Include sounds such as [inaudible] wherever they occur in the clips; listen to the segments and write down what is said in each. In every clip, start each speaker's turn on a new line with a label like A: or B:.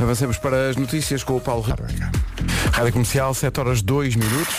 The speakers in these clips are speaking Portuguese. A: Avancemos para as notícias com o Paulo Ribeiro. Rádio Comercial, 7 horas 2 minutos.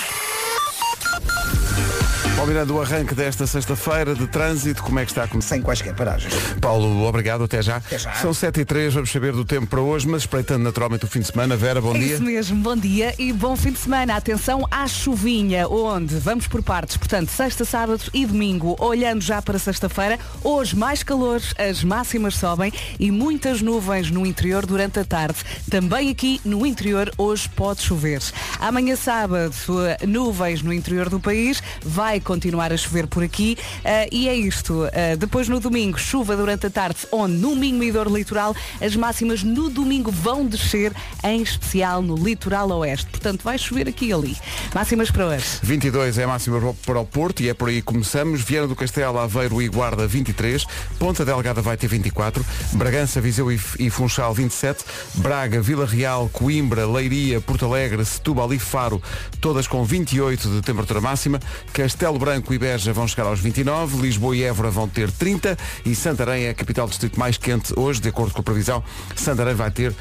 A: Paulo Miranda, o arranque desta sexta-feira de trânsito, como é que está a começar?
B: Sem quaisquer paragens.
A: Paulo, obrigado, até já.
B: Até já.
A: São 7 e 3 vamos saber do tempo para hoje, mas espreitando naturalmente o fim de semana. Vera, bom
C: É
A: dia.
C: isso mesmo, bom dia e bom fim de semana. Atenção à chuvinha, onde vamos por partes. Portanto, sexta, sábado e domingo. Olhando já para sexta-feira, hoje mais calor, as máximas sobem e muitas nuvens no interior durante a tarde. Também aqui no interior hoje pode chover. Amanhã sábado, eh, nuvens no interior do país, vai continuar a chover por aqui eh, e é isto. Eh, depois no domingo, chuva durante a tarde, onde no Minho e Douro Litoral, as máximas no domingo vão descer, em especial no litoral oeste. Portanto, vai chover aqui e ali. Máximas para hoje.
A: 22 é a máxima para o Porto e é por aí que começamos. Viana do Castelo, Aveiro e Guarda 23, Ponta Delgada vai ter 24, Bragança, Viseu e F- e Funchal 27, Braga, Vila Real, Coimbra, Leiria, Porto Alegre, Setúbal e Faro, todas com 28 de temperatura máxima, Castelo Branco e Beja vão chegar aos 29, Lisboa e Évora vão ter 30 e Santarém é a capital do distrito mais quente hoje, de acordo com a previsão, Santarém vai ter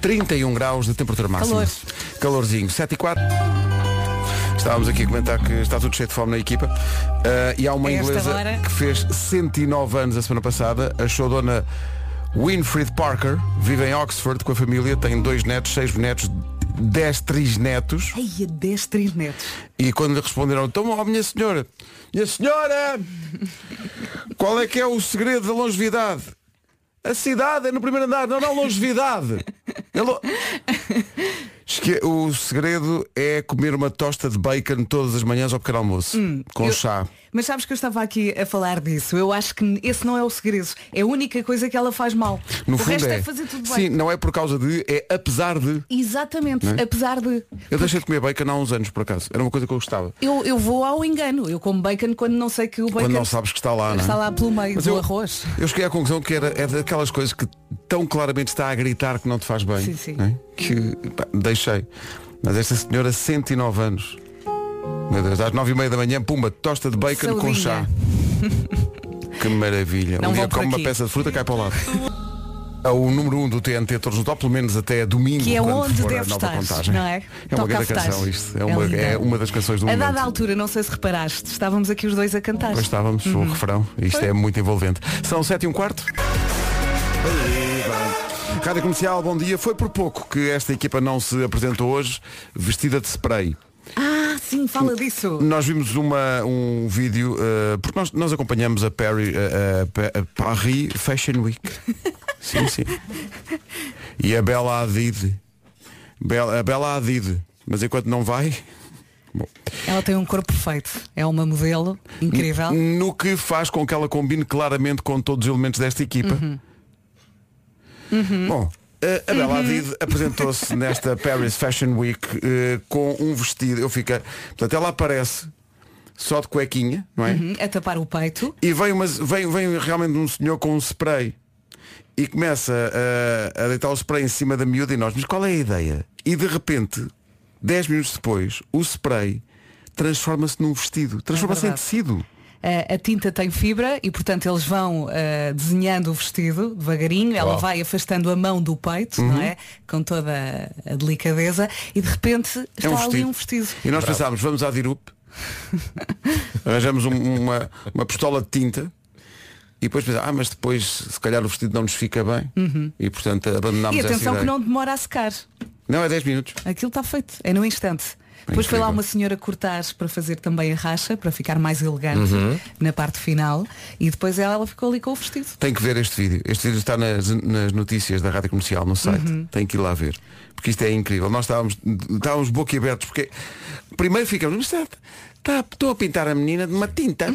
A: 31 graus de temperatura máxima.
C: Calor.
A: Calorzinho, 7 e 4. Estávamos aqui a comentar que está tudo cheio de fome na equipa Ah, e há uma
C: A esta
A: inglesa
C: hora.
A: que fez 109 anos a semana passada, achou a dona Winfried Parker, vive em Oxford com a família, tem dois netos, seis netos, dez trisnetos
C: Ai, a 10, 3 netos.
A: e quando lhe responderam, então ó minha senhora, minha senhora, qual é que é o segredo da longevidade? A cidade é no primeiro andar, não, não,
C: [laughs]
A: longevidade. É lo- Esque- O segredo é comer uma tosta de bacon todas as manhãs ao pequeno almoço. com
C: Hum, eu-
A: chá.
C: Mas sabes que eu estava aqui a falar disso. Eu acho que esse não é o segredo. É a única coisa que ela faz mal.
A: No
C: o
A: fundo
C: resto
A: é.
C: é... fazer tudo
A: Sim, é?
C: bem.
A: não é por causa de, é apesar de.
C: Exatamente, apesar de.
A: Eu deixei de comer bacon há uns anos, por acaso. Era uma coisa que eu gostava.
C: Eu, eu vou ao engano. Eu como bacon quando não sei que o bacon
A: Quando não sabes que está lá, não é?
C: está lá pelo meio
A: Mas
C: do
A: eu-
C: arroz.
A: Eu cheguei à conclusão que era, é daquelas coisas que tão claramente está a gritar que não te faz bem.
C: Sim, sim.
A: não é? Que pá, deixei. Mas esta senhora, 109 anos. Meu Deus, às 9 e meia da manhã, pumba, tosta de bacon com
C: Saudinha.
A: chá. que maravilha.
C: Não
A: um dia
C: vou por
A: come uma
C: aqui.
A: peça de fruta, cai para o lado. É O número 1 um do TNT Todos no Top, pelo menos até domingo,
C: Que é
A: quando
C: onde
A: for a
C: deve
A: nova
C: estar,
A: contagem.
C: não é?
A: uma
C: Toca a
A: grande
C: votar.
A: canção isto. É
C: É
A: uma,
C: linda.
A: é uma das canções do
C: A
A: momento.
C: dada altura, não sei se reparaste, estávamos aqui os dois a cantar.
A: Pois estávamos,
C: Uhum.
A: o refrão. Isto é muito envolvente. São sete e um quarto. Rádio Comercial, bom dia. Foi por pouco que esta equipa não se apresentou hoje vestida de spray.
C: Ah, sim, fala disso.
A: Nós vimos uma, um vídeo, eh, porque nós, nós acompanhamos a, Perry, eh, eh, Pa- a Paris Fashion Week. sim, sim. E a Bela Hadid. Bela, a Bela Hadid. Mas enquanto não vai,
C: [laughs] Ela tem um corpo perfeito. É uma modelo incrível.
A: no que faz com que ela combine claramente com todos os elementos desta equipa. hum.
C: Uhum.
A: Bom, eh, a- a Bela Hadid apresentou-se nesta Paris Fashion Week eh, com um vestido. Eu fiquei. Portanto, ela aparece só de cuequinha, não é?
C: Uhum, A tapar o peito.
A: E vem, umas, vem, vem realmente um senhor com um spray e começa a, a deitar o spray em cima da miúda e nós, mas qual é a ideia? E de repente, 10 minutos depois, o spray transforma-se num vestido, transforma-se em
C: É verdade.
A: tecido.
C: A, a tinta tem fibra e, portanto, eles vão ah, desenhando o vestido devagarinho. Ela
A: Uau. Uhum.
C: vai afastando a mão do peito, não é? Com toda a delicadeza. E, de repente, está ali um vestido.
A: É E nós pensámos, vamos à Dirup,
C: [laughs]
A: arranjamos um- uma, uma pistola de tinta e depois pensámos, ah, mas depois se calhar o vestido não nos fica bem e portanto abandonámos
C: Uhum. E
A: essa
C: atenção
A: ideia.
C: que não demora a secar.
A: Não, é 10 minutos.
C: Aquilo está feito. É no instante. Depois foi
A: incrível.
C: lá uma senhora cortar para fazer também a racha, para ficar mais elegante
A: Uhum.
C: na parte final. E depois ela ficou ali com o vestido.
A: Tem que ver este vídeo. Este vídeo está nas, nas notícias da Rádio Comercial, no site. Tem que ir lá ver. Porque isto é incrível. Nós estávamos, estávamos boquiabertos porque primeiro ficamos, mas está, está- estou a pintar a menina de uma tinta.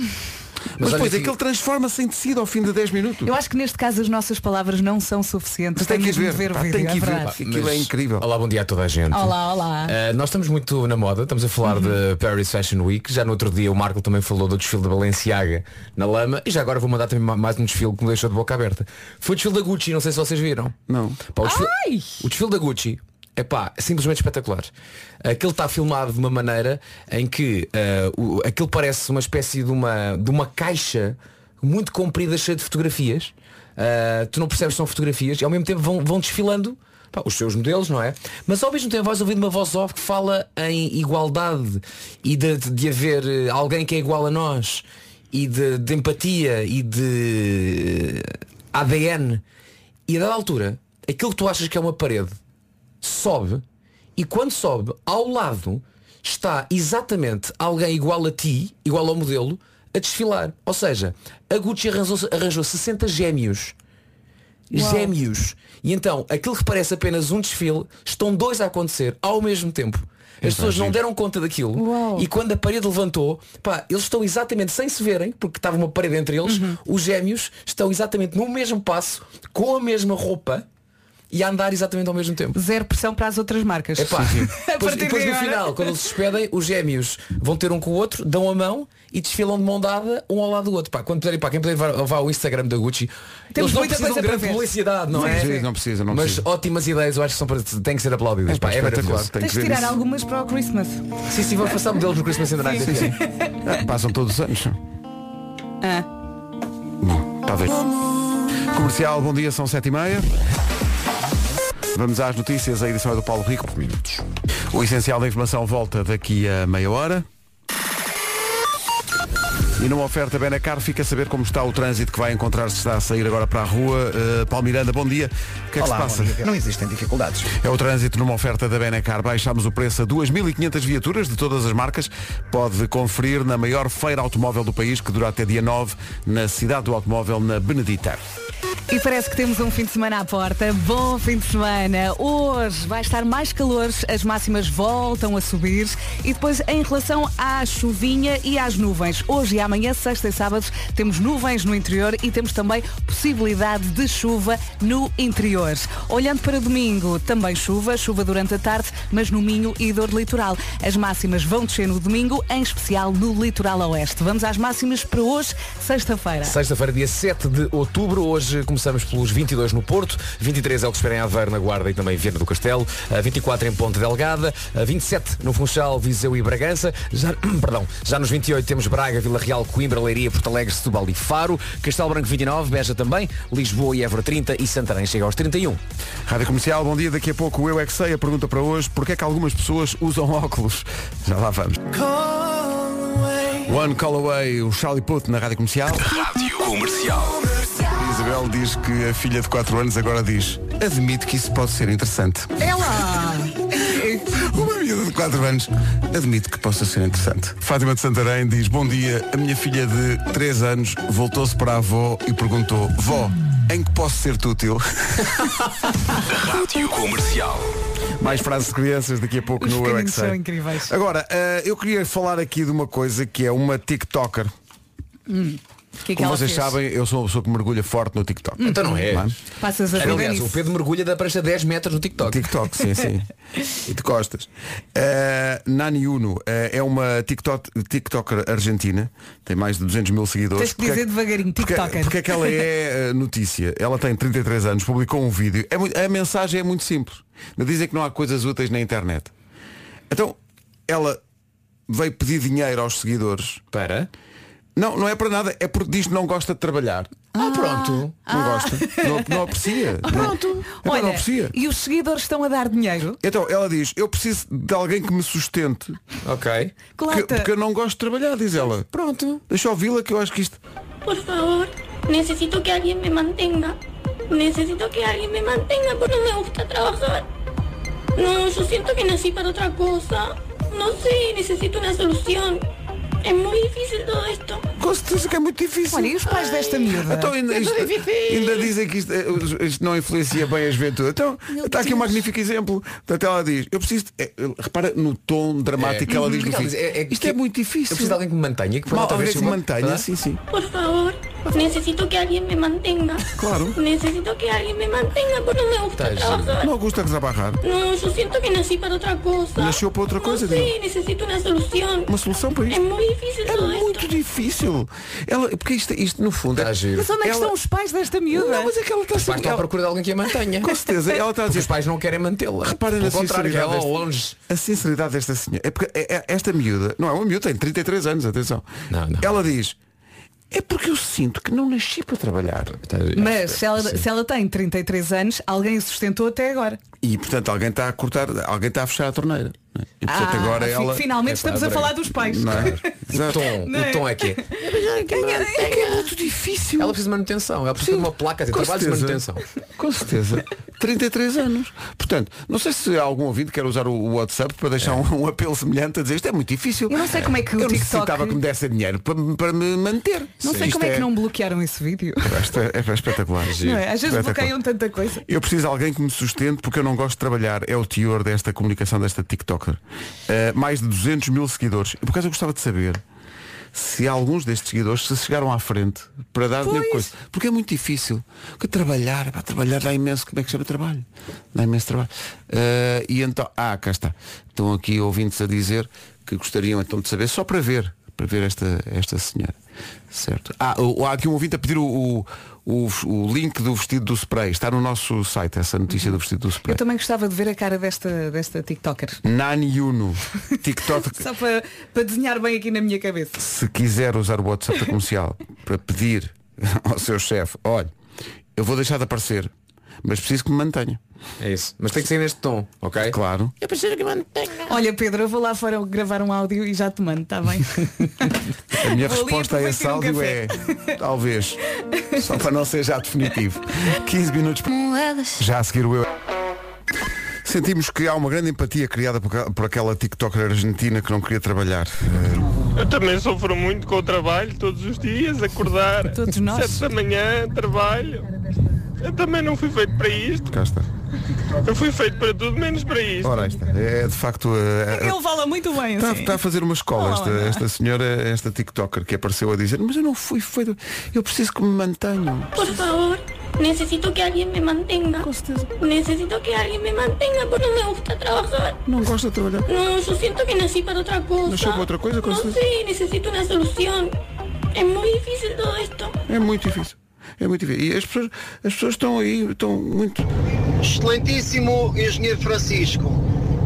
A: Mas,
B: olha
A: depois
B: que-
A: aquilo transforma-se em tecido ao fim de 10 minutos.
C: Eu acho que neste caso as nossas palavras não são suficientes.
A: Mas tem que ir
C: Temos de
A: ver,
C: o
A: pá,
C: vídeo,
A: tem que
C: é
A: ir ver, É
C: verdade.
A: pá. Aquilo é incrível.
D: Olá, bom dia a toda a gente.
C: Olá, Uhum. olá.
D: Ah, nós estamos muito na moda, estamos a falar de Paris Fashion Week. Já no outro dia o Marco também falou do desfile da Balenciaga na lama. E já agora vou mandar também ma- mais um desfile que me deixou de boca aberta. Foi o desfile da Gucci, não sei se vocês viram.
A: Não.
D: Pá, o, desfile,
C: Ai!
D: o desfile da Gucci é pá, simplesmente espetacular. Aquilo está filmado de uma maneira em que ah, o- aquilo parece uma espécie de uma, de uma caixa muito comprida cheia de fotografias. Ah, tu não percebes que são fotografias e ao mesmo tempo vão, vão desfilando pá, os seus modelos, não é? Mas ao mesmo tempo vais ouvir uma voz off que fala em igualdade e de, de- de haver eh, alguém que é igual a nós e de, de empatia e de eh, ADN. E a dada altura, aquilo que tu achas que é uma parede sobe e quando sobe ao lado está exatamente alguém igual a ti, igual ao modelo, a desfilar. Ou seja, a Gucci arranjou, arranjou 60 gêmeos. Gêmeos. E então, aquilo que parece apenas um desfile, estão dois a acontecer ao mesmo tempo. As pessoas não deram conta daquilo
C: Uau.
D: e quando a parede levantou, pá, eles estão exatamente sem se verem, porque estava uma parede entre eles,
C: Uhum.
D: os gêmeos estão exatamente no mesmo passo, com a mesma roupa e a andar exatamente ao mesmo tempo.
C: Zero pressão para as outras marcas.
D: Epá,
C: A
D: [laughs] depois,
C: partir
D: depois
C: de
D: no
C: agora.
D: final, quando eles se despedem, os gêmeos vão ter um com o outro, dão a mão e desfilam de mão dada um ao lado do outro. Pá, quando puderem, pá, quem puder vá, vá ao Instagram da Gucci.
C: Temos
D: eles não
C: muita
D: precisam
C: coisa
D: de
C: para
D: grande
C: ver.
D: publicidade, não
A: Não
D: é?
A: precisa, não precisa, não
D: Mas
A: precisa.
D: ótimas ideias, eu acho que são para, têm que ser aplaudidas. pá, é
A: espetacular,
D: maravilhoso.
A: tem que
C: Tens de
A: ver
C: tirar
A: isso.
C: algumas para o Christmas.
D: Sim, sim, vou passar modelos no Christmas in the Night. este ano.
A: Ah, Passam todos os anos.
C: Ah.
A: Bom, talvez. Comercial, bom dia, são 7 e meia. Vamos às notícias, a edição é do Paulo Rico por minutos. O essencial da informação volta daqui a meia hora. E numa oferta Benacar, fica a saber como está o trânsito que vai encontrar se está a sair agora para a rua. Uh, Paulo Miranda, bom dia. O que é que
B: Olá,
A: se passa?
B: bom dia. Não existem dificuldades.
A: É o trânsito numa oferta da Benacar. Baixámos o preço a 2.500 viaturas de todas as marcas. Pode conferir na maior feira automóvel do país, que dura até dia 9, na cidade do automóvel, na Benedita.
C: E parece que temos um fim de semana à porta. Bom fim de semana. Hoje vai estar mais calor, as máximas voltam a subir. E depois, em relação à chuvinha e às nuvens, hoje e amanhã, sexta e sábado, temos nuvens no interior e temos também possibilidade de chuva no interior. Olhando para domingo, também chuva, chuva durante a tarde, mas no Minho e dor litoral. As máximas vão descer no domingo, em especial no litoral oeste. Vamos às máximas para hoje, sexta-feira.
D: Sexta-feira, dia 7 de outubro. Hoje começamos pelos 22 no Porto, 23 é o que se espera em Aveiro, na Guarda e também Viana do Castelo, eh, 24 em Ponte Delgada, eh, 27 no Funchal, Viseu e Bragança. Já, [clears throat] perdão, já nos 28 temos Braga, Vila Real, Coimbra, Leiria, Porto Alegre, Setúbal e Faro, Castelo Branco 29, Beja também, Lisboa e Évora 30 e um. Santarém chega aos 31.
A: Rádio Comercial, bom dia. Daqui a pouco o Eu É Que Sei. A pergunta para hoje, porquê é que algumas pessoas usam óculos? Já lá vamos. One Call Away, o Charlie Puth na Rádio Comercial.
E: Rádio Comercial.
A: A Isabel diz que a filha de 4 anos agora diz Admito que isso pode ser interessante.
C: É
A: Ela! Uma miúda de 4 anos admite que possa ser interessante. Fátima de Santarém diz Bom dia, a minha filha de 3 anos voltou-se para a avó e perguntou Vó, em que posso ser-te útil?
E: Rádio Comercial.
A: [laughs] Mais frases de crianças daqui a pouco
C: Os
A: no Eu É Que
C: pequeninos são
A: Sei.
C: incríveis.
A: Agora, eh, eu queria falar aqui de uma coisa que é uma TikToker.
C: O que é que
A: Como
C: ela
A: vocês
C: fez?
A: sabem, eu sou uma pessoa que mergulha forte no TikTok.
D: Então não é.
C: Passas a vida
D: Aliás,
C: nisso.
D: o Pedro mergulha da prancha 10 metros no TikTok.
A: TikTok, sim,
D: [laughs]
A: sim. E de costas. Eh, Nani Uno eh, é uma TikTok, TikToker argentina, tem mais de 200 mil seguidores.
C: Tens de
A: Porque é
C: dizer
A: que-
C: devagarinho,
A: porque-
C: TikToker.
A: Porque é que ela
C: [laughs]
A: é eh, notícia? Ela tem 33 anos, publicou um vídeo. É muito- a mensagem é muito simples. Dizem que não há coisas úteis na internet. Então, ela veio pedir dinheiro aos seguidores.
D: Para.
A: Não, não é para nada, é porque diz que não gosta de trabalhar.
D: Ah, pronto.
A: Não gosta. Não, não aprecia. Pronto. Não,
C: Ah, Olha,
A: não aprecia.
C: e os seguidores estão a dar dinheiro?
A: Então, ela diz, eu preciso de alguém que me sustente.
D: Ok.
A: que-
C: Claro.
A: porque eu não gosto de trabalhar, diz ela. Pronto. Deixa eu ouvi-la que eu acho que isto.
F: Por favor, necesito que alguien me mantenga. Necesito que alguien me mantenga porque no me gusta trabajar. No, yo siento que nací para otra cosa. No sé, necesito una solución. Es muy difícil todo esto.
A: Com certeza que é muito difícil.
C: Olha, e os pais
A: este
C: desta miúda?
A: Então ainda, isto- ainda dizem que isto, eh, isto não influencia bem a juventude. Então, está aqui um magnífico exemplo. Portanto, ela diz, eu preciso. de- eh, repara no tom dramático que ela diz no
D: Ela
A: fim.
D: diz, é- é
A: isto
D: que-
A: é muito difícil.
D: Eu preciso de alguém que me mantenha. Que
A: Mal,
D: outra vez
A: alguém que
D: eu-
A: mantenha,
D: Ah.
A: sim, sim.
F: Por favor, necesito que alguien me mantenga.
A: Claro.
F: Necesito que alguien me mantenga porque no me gusta
D: Está
F: trabajar.
A: Não gosta de trabalhar.
F: No, yo siento que nací para otra cosa.
A: Nació para otra cosa,
F: No sé,
A: digo. pues.
F: necesito una solución.
A: Uma solução para
F: Es
A: isto.
F: muy difícil
A: É
F: todo esto.
A: muito difícil. Ela, porque isto, isto no fundo.
D: Está
A: é-
D: giro.
C: Mas onde é que
A: ela-
C: estão os pais desta miúda?
A: Não, mas é que ela está
D: Vai
A: sempre.
D: estar à
A: ela-
D: procura de alguém que a mantenha. É
A: Com certeza, ela está a
D: Porque
A: dizer.
D: os pais não querem mantê-la.
A: Repara na
D: Pelo contrário,
A: sinceridade
D: ela é ao
A: desta-
D: longe.
A: A sinceridade desta senhora. É porque é- é- esta miúda, não é uma miúda, tem 33 anos, atenção.
D: Não, não.
A: Ela diz, É porque eu sinto que não nasci para trabalhar.
D: Tá, é,
C: Mas se ela, se ela tem 33 anos, alguém a sustentou até agora.
A: E portanto alguém está a cortar, alguém está a fechar a torneira. não é? E portanto
C: Ah,
A: agora
C: fi-
A: ela.
C: Finalmente estamos a falar dos pais.
A: Não é?
D: O
A: Exato.
D: tom,
C: Não é?
D: o tom é que é.
A: É que é muito difícil.
D: Ela precisa de manutenção, ela precisa de uma placa de
A: Com
D: trabalho de
A: certeza.
D: manutenção.
A: Com certeza. 33 anos. Portanto, não sei se algum ouvinte quer usar o- o WhatsApp para
D: É.
A: deixar um, um apelo semelhante a dizer isto é muito difícil.
C: Eu não sei como é que o
A: Eu
C: TikTok-
A: necessitava que me desse dinheiro para, me- para me manter.
C: Não sei
A: Isto
C: como é
A: [laughs]
C: que não bloquearam esse vídeo.
A: Isto é, é espetacular.
C: Não é? Às vezes
A: Espetacular.
C: bloqueiam tanta coisa.
A: Eu preciso de alguém que me sustente porque eu não gosto de trabalhar. É o teor desta comunicação desta TikToker. Uh, mais de 200 mil seguidores. E por acaso eu gostava de saber se alguns destes seguidores se chegaram à frente para dar dinheiro
C: Pois.
A: coisa. Porque é muito difícil. Porque trabalhar, pá, trabalhar dá imenso. Como é que chama trabalho? Dá imenso trabalho. Uh, e então. Ah, cá está. Estão aqui ouvintes a dizer que gostariam então de saber, só para ver, para ver esta, esta senhora. Certo. Ah, o- há aqui um ouvinte a pedir o, o, o- o link do vestido do spray. Está no nosso site essa notícia do vestido do spray.
C: Eu também gostava de ver a cara desta, desta TikToker.
A: Nani Uno, TikTok,
C: Só para, para desenhar bem aqui na minha cabeça.
A: se quiser usar o WhatsApp da comercial para pedir ao seu chefe, olha, eu vou deixar de aparecer, mas preciso que me mantenha.
D: É isso. Mas tem que ser neste tom, ok?
A: Claro.
D: Eu preciso que mantenha.
C: Olha, Pedro, eu vou lá fora gravar um áudio e já te mando,
A: [laughs]
C: está bem?
A: A minha
C: Vou ali
A: resposta a esse
C: aproveitar um
A: áudio é talvez. Só para não ser já definitivo. 15 minutos. Já a seguir o eu. Sentimos que há uma grande empatia criada por, ca- por aquela TikToker argentina que não queria trabalhar. Eh,
B: Eu também sofro muito com o trabalho, todos os dias, acordar.
C: Todos nós.
B: Sete da manhã, trabalho. Eu também não fui feito para isto.
A: Cá está.
B: Eu fui feito para tudo menos para isto.
A: Ora, aí está. É de facto a- a-
C: Ele fala muito bem
A: Está,
C: assim.
A: está a fazer uma escola
C: Oh,
A: esta,
C: não é?
A: esta senhora, esta TikToker que apareceu a dizer, mas eu não fui, foi, eu preciso que me mantenham.
F: Por favor, necesito que alguien me mantenga. Necesito que alguien me mantenga porque no me gusta trabajar.
A: Não gosto de trabalhar.
F: No, yo siento que nací para otra cosa.
A: ¿Nació para otra cosa,
F: No
A: Constanza?
F: sé, necesito una solución. Es muy difícil todo esto.
A: É muito difícil. É muito difícil. E as pessoas, as pessoas estão aí, estão muito.
G: Excelentíssimo engenheiro Francisco,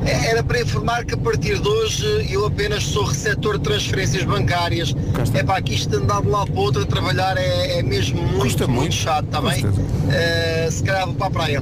G: eh, era para informar que a partir de hoje eu apenas sou receptor de transferências bancárias. É para aqui isto de andar de lá para o outro a trabalhar é, é mesmo muito,
A: Custa
G: muito,
A: muito.
G: chato, está bem?
A: Custa.
G: Eh, se calhar vou para a praia.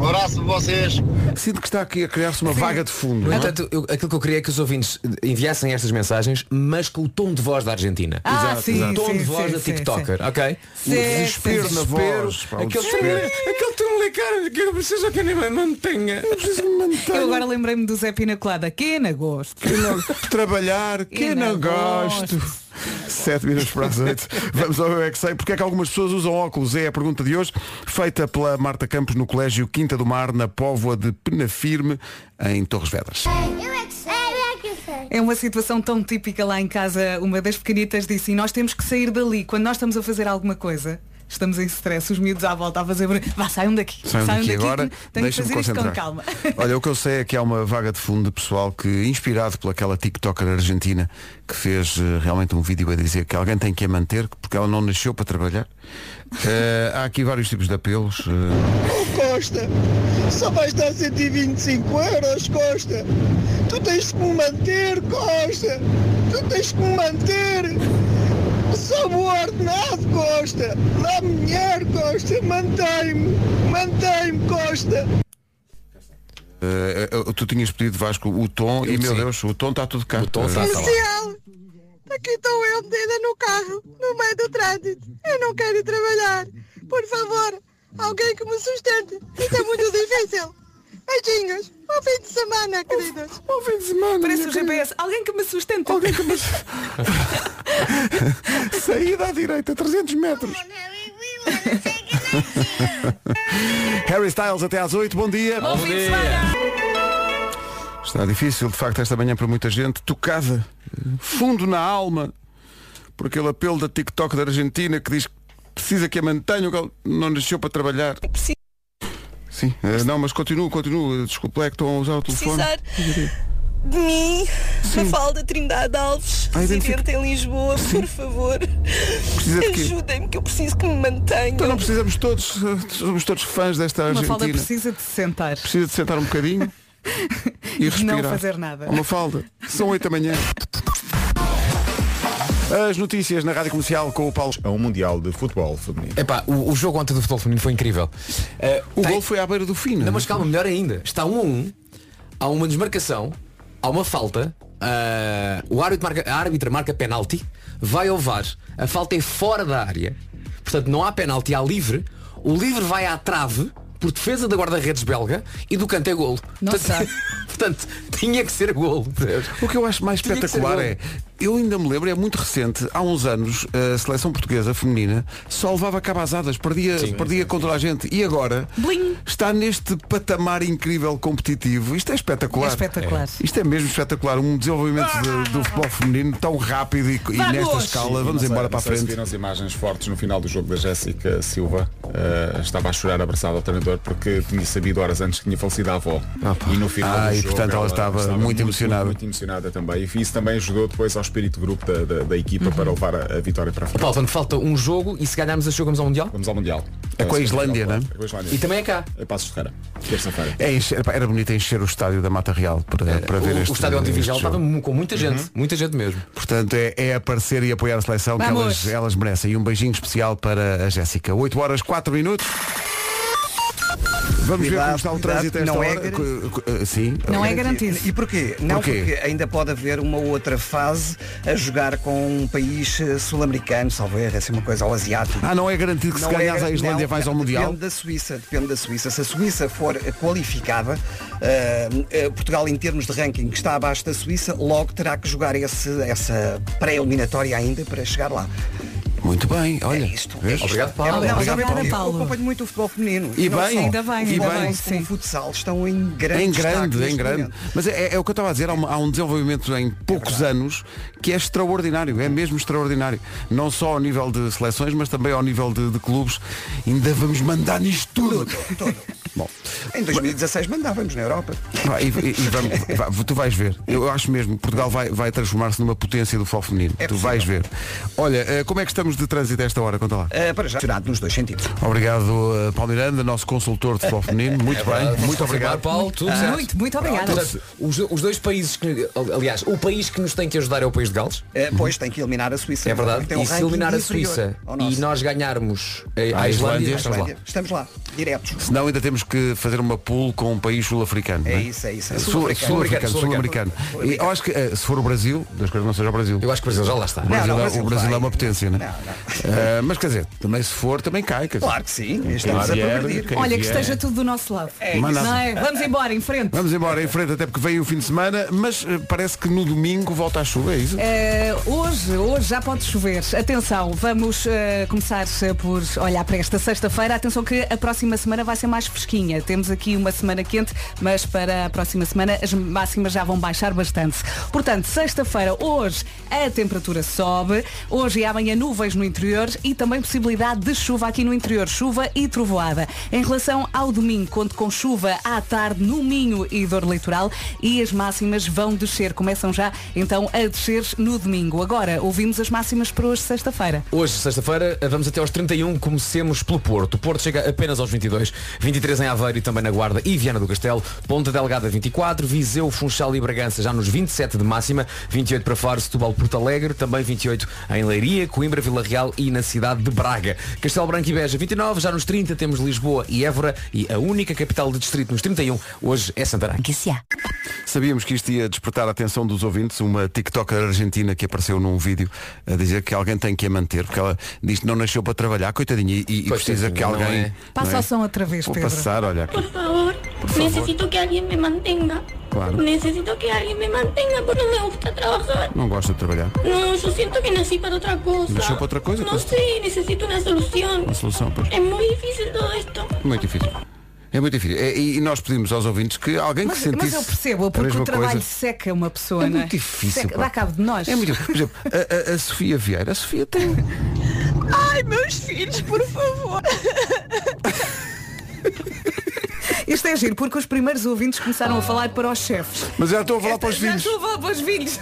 G: Um abraço para vocês.
A: Sinto que está aqui a criar-se uma vaga de fundo.
D: No
A: não é?
D: entanto, eu- aquilo que eu queria é que os ouvintes enviassem estas mensagens, mas com o tom de voz da Argentina.
C: Ah,
D: Exato,
C: sim,
D: exato.
C: sim,
D: tom de
C: sim,
D: voz da
C: sim,
D: TikToker, ok?
C: Sim, desespero
A: sim. na voz, pá, o
D: aquele
A: desespero.
D: tremelicar, aquele tremelicar que eu preciso
G: é
D: que nem me mantenha.
A: Eu preciso que me mantenham.
C: Eu agora lembrei-me do Zé Pinacolada. Que é na gosto.
A: Que não- trabalhar, que
C: Eu
A: não,
C: não
A: gosto. Sete minutos para as [laughs] oito. Vamos ao Eu é que sei. Porque é que algumas pessoas usam óculos? É a pergunta de hoje, feita pela Marta Campos no Colégio Quinta do Mar, na Póvoa de Penafirme, em Torres Vedras.
H: Eu é que sei, eu é que sei.
C: É uma situação tão típica lá em casa. Uma das pequenitas disse, e nós temos que sair dali. Quando nós estamos a fazer alguma coisa, estamos em stress, os miúdos à volta a fazer barulho. Vá, saiam daqui.
A: Saiam daqui
C: que
A: agora,
C: Tenho que
A: deixa-me
C: fazer isto com
A: concentrar.
C: calma.
A: [laughs] Olha, o que eu sei é que há uma vaga de fundo de pessoal que, inspirado pelaquela TikToker argentina que fez eh, realmente um vídeo a dizer que alguém tem que a manter porque ela não nasceu para
C: [laughs]
A: trabalhar. Eh, há aqui vários tipos de apelos. eh,
G: Costa, só vais dar 125 euros, Costa. Tu tens que me manter, Costa. Tu tens que me manter. Só vou ordenado, Costa. Dá-me dinheiro, Costa. Mantém-me. Mantém-me, Costa.
A: eh, eh, tu tinhas pedido Vasco o tom e meu
D: sim.
A: Deus, o tom está tudo cá. Eh,
D: O tom está está
A: [laughs]
D: lá.
G: Comercial. Aqui estou eu medida no carro, no meio do trânsito. Eu não quero ir trabalhar. Por favor, alguém que me sustente. Isto é muito difícil. Beijinhos. Bom fim de semana, queridos.
A: Bom fim de semana.
C: Parece
A: minha
C: o
A: querida.
C: GPS. Alguém que me sustenta.
A: Alguém
C: [laughs]
A: que me... [laughs] Saída à direita, 300 metros. Harry Styles até às 8, bom dia.
C: Bom fim de semana.
A: Está difícil, de facto, esta manhã para muita gente, tocada, eh, fundo na alma, por aquele apelo da TikTok da Argentina que diz que precisa que a mantenham, que ela não nasceu para trabalhar.
I: É
A: Sim, eh, não, mas continuo, continuo, desculpe, é que estão a usar o telefone.
I: precisar de mim, Mafalda Trindade Alves,
A: Ah, identifica-
I: residente em Lisboa, por favor,
A: Precisa de quê?
I: ajudem-me que eu preciso que me mantenham.
A: Então não precisamos todos, eh, somos todos fãs desta
C: Uma
A: Argentina.
C: falda precisa de se sentar.
A: Precisa de sentar um bocadinho
C: [laughs]
A: e
C: não
A: respirar.
C: fazer nada.
A: Uma falda. São 8 da manhã. As notícias na Rádio Comercial com o Paulo.
J: É um Mundial de Futebol Feminino.
D: Epá, É o, o jogo ontem do futebol feminino foi incrível. Eh,
A: O
D: tem-
A: gol foi à beira do fim. é?
D: Não, mas calma, melhor ainda. Está um a um, há uma desmarcação, há uma falta, ah, o árbitro marca, a árbitra marca penalti, vai ao VAR, a falta é fora da área, portanto não há penalti, há livre, o livre vai à trave por defesa da guarda-redes belga e do canto é golo.
C: Não
D: portanto, [laughs] portanto, tinha que ser golo. percebes?
A: O que eu acho mais
D: Tinha que ser
A: espetacular
D: gol.
A: é, eu ainda me lembro, é muito recente, há uns anos, a seleção portuguesa feminina só levava cabazadas, perdia, perdia contra a gente. E agora
C: Blim.
A: está neste patamar incrível competitivo. Isto é espetacular.
C: É espetacular. É.
A: Isto é mesmo espetacular. Um desenvolvimento de- do futebol feminino tão rápido e, e
C: Vamos!
A: nesta escala.
J: Sim, não
A: Vamos
J: sei-
A: embora
J: não
A: para a
J: sei se
A: frente.
J: viram as imagens fortes no final do jogo da Jéssica Silva. Eh, estava a chorar abraçada ao treinador porque tinha sabido horas antes que tinha falecido a avó.
A: Ah, pá.
J: e no final
A: Ah,
J: do
A: e
J: jogo
A: portanto ela estava muito emocionada.
J: Muito, muito emocionada também. E isso também ajudou depois ao espírito de grupo da, da- da equipa
A: Uhum.
J: para levar a, a vitória para a frente.
D: Paulo, portanto, falta um jogo e se ganharmos a jogamos ao Mundial.
J: Vamos ao Mundial.
A: É com a Islândia, não é?
J: É com a Islândia.
D: E também é cá.
J: É Passos de Ferreira. Terça-feira.
A: É encher- pá, era bonito encher o estádio da Mata Real para, para ver
D: o,
A: este
D: o estádio
A: este
D: Antivigel
A: jogo.
D: estava mu- com muita gente, muita gente mesmo.
A: Uhum. Portanto, é, é aparecer e apoiar a seleção que
C: Vamos.
A: elas, elas merecem. E um beijinho especial para a Jéssica. 8 horas, 4 minutos. Vamos ver
K: Cuidado,
A: como está o
K: cuidado,
A: trânsito a
K: que
A: esta
K: não é
A: hora.
K: garantido.
A: Co- co- Sim.
C: Não é
K: E,
C: garantido.
K: porquê? Não
A: Porquê?
K: porque ainda pode haver uma outra fase a jogar com um país eh, sul-americano, talvez, assim uma coisa, ou asiático.
A: Ah, não é garantido que se
K: Não
A: ganhares
K: é-
A: à Islândia
K: não,
A: vais ao
K: não,
A: Mundial?
K: Depende da Suíça, depende da Suíça. Se a Suíça for eh, qualificada, eh, eh, Portugal em termos de ranking que está abaixo da Suíça, logo terá que jogar esse- essa pré-eliminatória ainda para chegar lá.
A: Muito bem, olha.
K: é isto.
A: vês?
K: É
D: Obrigado, Paulo.
K: Não,
A: Obrigado,
K: realmente
A: Paulo.
K: eu- Eu acompanho muito o futebol feminino.
A: E
K: não
A: bem,
K: só.
A: ainda
C: bem,
K: O
C: ainda
K: futebol
A: bem,
K: como
C: sim.
K: O futsal estão em grande
A: Em
K: destaque
A: grande, em
K: neste
A: grande.
K: momento.
A: Mas é, é o que eu estava a dizer, há um, há um desenvolvimento em poucos anos que é extraordinário, é mesmo extraordinário. Não só ao nível de seleções, mas também ao nível de, de clubes. Ainda vamos mandar nisto tudo. [laughs] Bom,
K: Em 2016 mandávamos na Europa.
A: Pá, e, e- e vamos- vá, tu vais ver. Eu acho mesmo, Portugal vai, vai transformar-se numa potência do futebol feminino.
K: É
A: tu
K: possível.
A: vais ver. Olha, eh, como é que estamos de trânsito a esta hora? Conta lá.
K: Ah, para já, tirado nos dois sentidos.
A: Obrigado, eh, Paulo Miranda, nosso consultor de
K: [laughs]
A: futebol
K: É
A: feminino. Muito bem, muito obrigado.
D: É Paulo, tudo
K: Ah,
D: certo.
C: Muito, muito obrigada.
D: Portanto, os, os dois países que, aliás, o país que nos tem que ajudar é o país de Gales,
K: Ah, pois tem que eliminar a Suíça.
D: é verdade.
K: Tem um
D: e se
K: ranking
D: eliminar a
K: inferior
D: Suíça
K: ao
D: e
K: nosso.
D: nós ganharmos a,
A: À
D: a
A: Islândia,
D: Islândia, estamos lá.
K: Estamos lá, diretos.
A: Senão ainda temos que fazer uma pool com um país sul-africano.
K: É
A: não
K: isso, é isso. É
A: Sul-
K: sul-africano.
A: Sul-africano,
D: Sul-africano.
A: sul-americano. E Eu acho que eh, se for o Brasil, das coisas não seja o Brasil.
D: Eu acho que o Brasil já lá está.
A: O Brasil,
K: Não, não,
A: é-
K: o Brasil
A: o Brasil é
K: vai.
A: uma potência, né?
K: Não, não.
A: Eh, mas quer dizer, também se for, também cai. Quer dizer.
K: Claro que sim, estamos a
J: vier,
K: progredir.
J: quem
C: Olha, que
J: vier.
C: esteja tudo do nosso lado.
A: Mas
C: Não
A: nada.
C: é? Vamos embora, em frente.
A: Vamos embora em frente, até porque vem o fim de semana, mas eh, parece que no domingo volta a chuva, é isso?
C: Eh, hoje, hoje já pode chover. Atenção, vamos eh, começar eh, por olhar para esta sexta-feira. Atenção que a próxima semana vai ser mais fresquinha. Temos aqui uma semana quente, mas para a próxima semana as máximas já vão baixar bastante. Portanto, sexta-feira, hoje, a temperatura sobe. Hoje e amanhã nuvens no interior e também possibilidade de chuva aqui no interior. Chuva e trovoada. Em relação ao domingo, conto com chuva à tarde no Minho e dor litoral e as máximas vão descer. Começam já então a descer no domingo. Agora ouvimos as máximas para hoje, sexta-feira.
D: Hoje, sexta-feira, vamos até aos 31, comecemos pelo Porto. O Porto chega apenas aos 22, 23 em Aveiro e também na Guarda e Viana do Castelo, Ponta Delgada 24, Viseu, Funchal e Bragança já nos 27 de máxima, 28 para Faro, Setúbal, Porto Alegre, também 28 em Leiria, Coimbra, Vila Real e na cidade de Braga. Castelo Branco e Beja 29, já nos 30 temos Lisboa e Évora e a única capital de distrito nos 31 hoje é Santarém.
A: Sabíamos que isto ia despertar a atenção dos ouvintes, uma TikToker argentina que apareceu num vídeo a dizer que alguém tem que a manter, porque ela diz que não nasceu para trabalhar, coitadinha, e, e
D: Pois,
A: precisa que
D: tadinha, não
A: alguém.
D: é?
A: não
C: Passa
A: é?
C: o som outra vez,
A: Vou
C: Pedro.
A: passar, olha aqui.
F: Por favor, necesito que alguien me mantenga.
A: Claro.
F: Necesito que alguien me mantenga porque no me gusta trabajar.
A: Não gosta de trabalhar.
F: No, yo siento que nací para otra cosa.
A: ¿Nació para otra cosa?
F: No
A: Pues-
F: sé, necesito una solución.
A: Uma solução, pois.
F: Es muy difícil todo esto.
A: Muito difícil. É muito difícil. É, e, e nós pedimos aos ouvintes que alguém
C: Mas,
A: que sentisse.
C: mas eu percebo,
A: a
C: porque
A: mesma
C: o trabalho
A: coisa.
C: seca uma pessoa,
A: É
C: não
A: muito difícil.
C: Seca-
A: pá.
C: dá cabo de nós.
A: É muito difícil. Por exemplo, a, a- a Sofia Vieira. A Sofia tem.
I: Ai, meus filhos, por favor.
C: Isto é giro, porque os primeiros ouvintes começaram a falar para os chefes.
A: Mas já estou a falar para os
C: Já
A: filhos.
C: estou a falar para os filhos.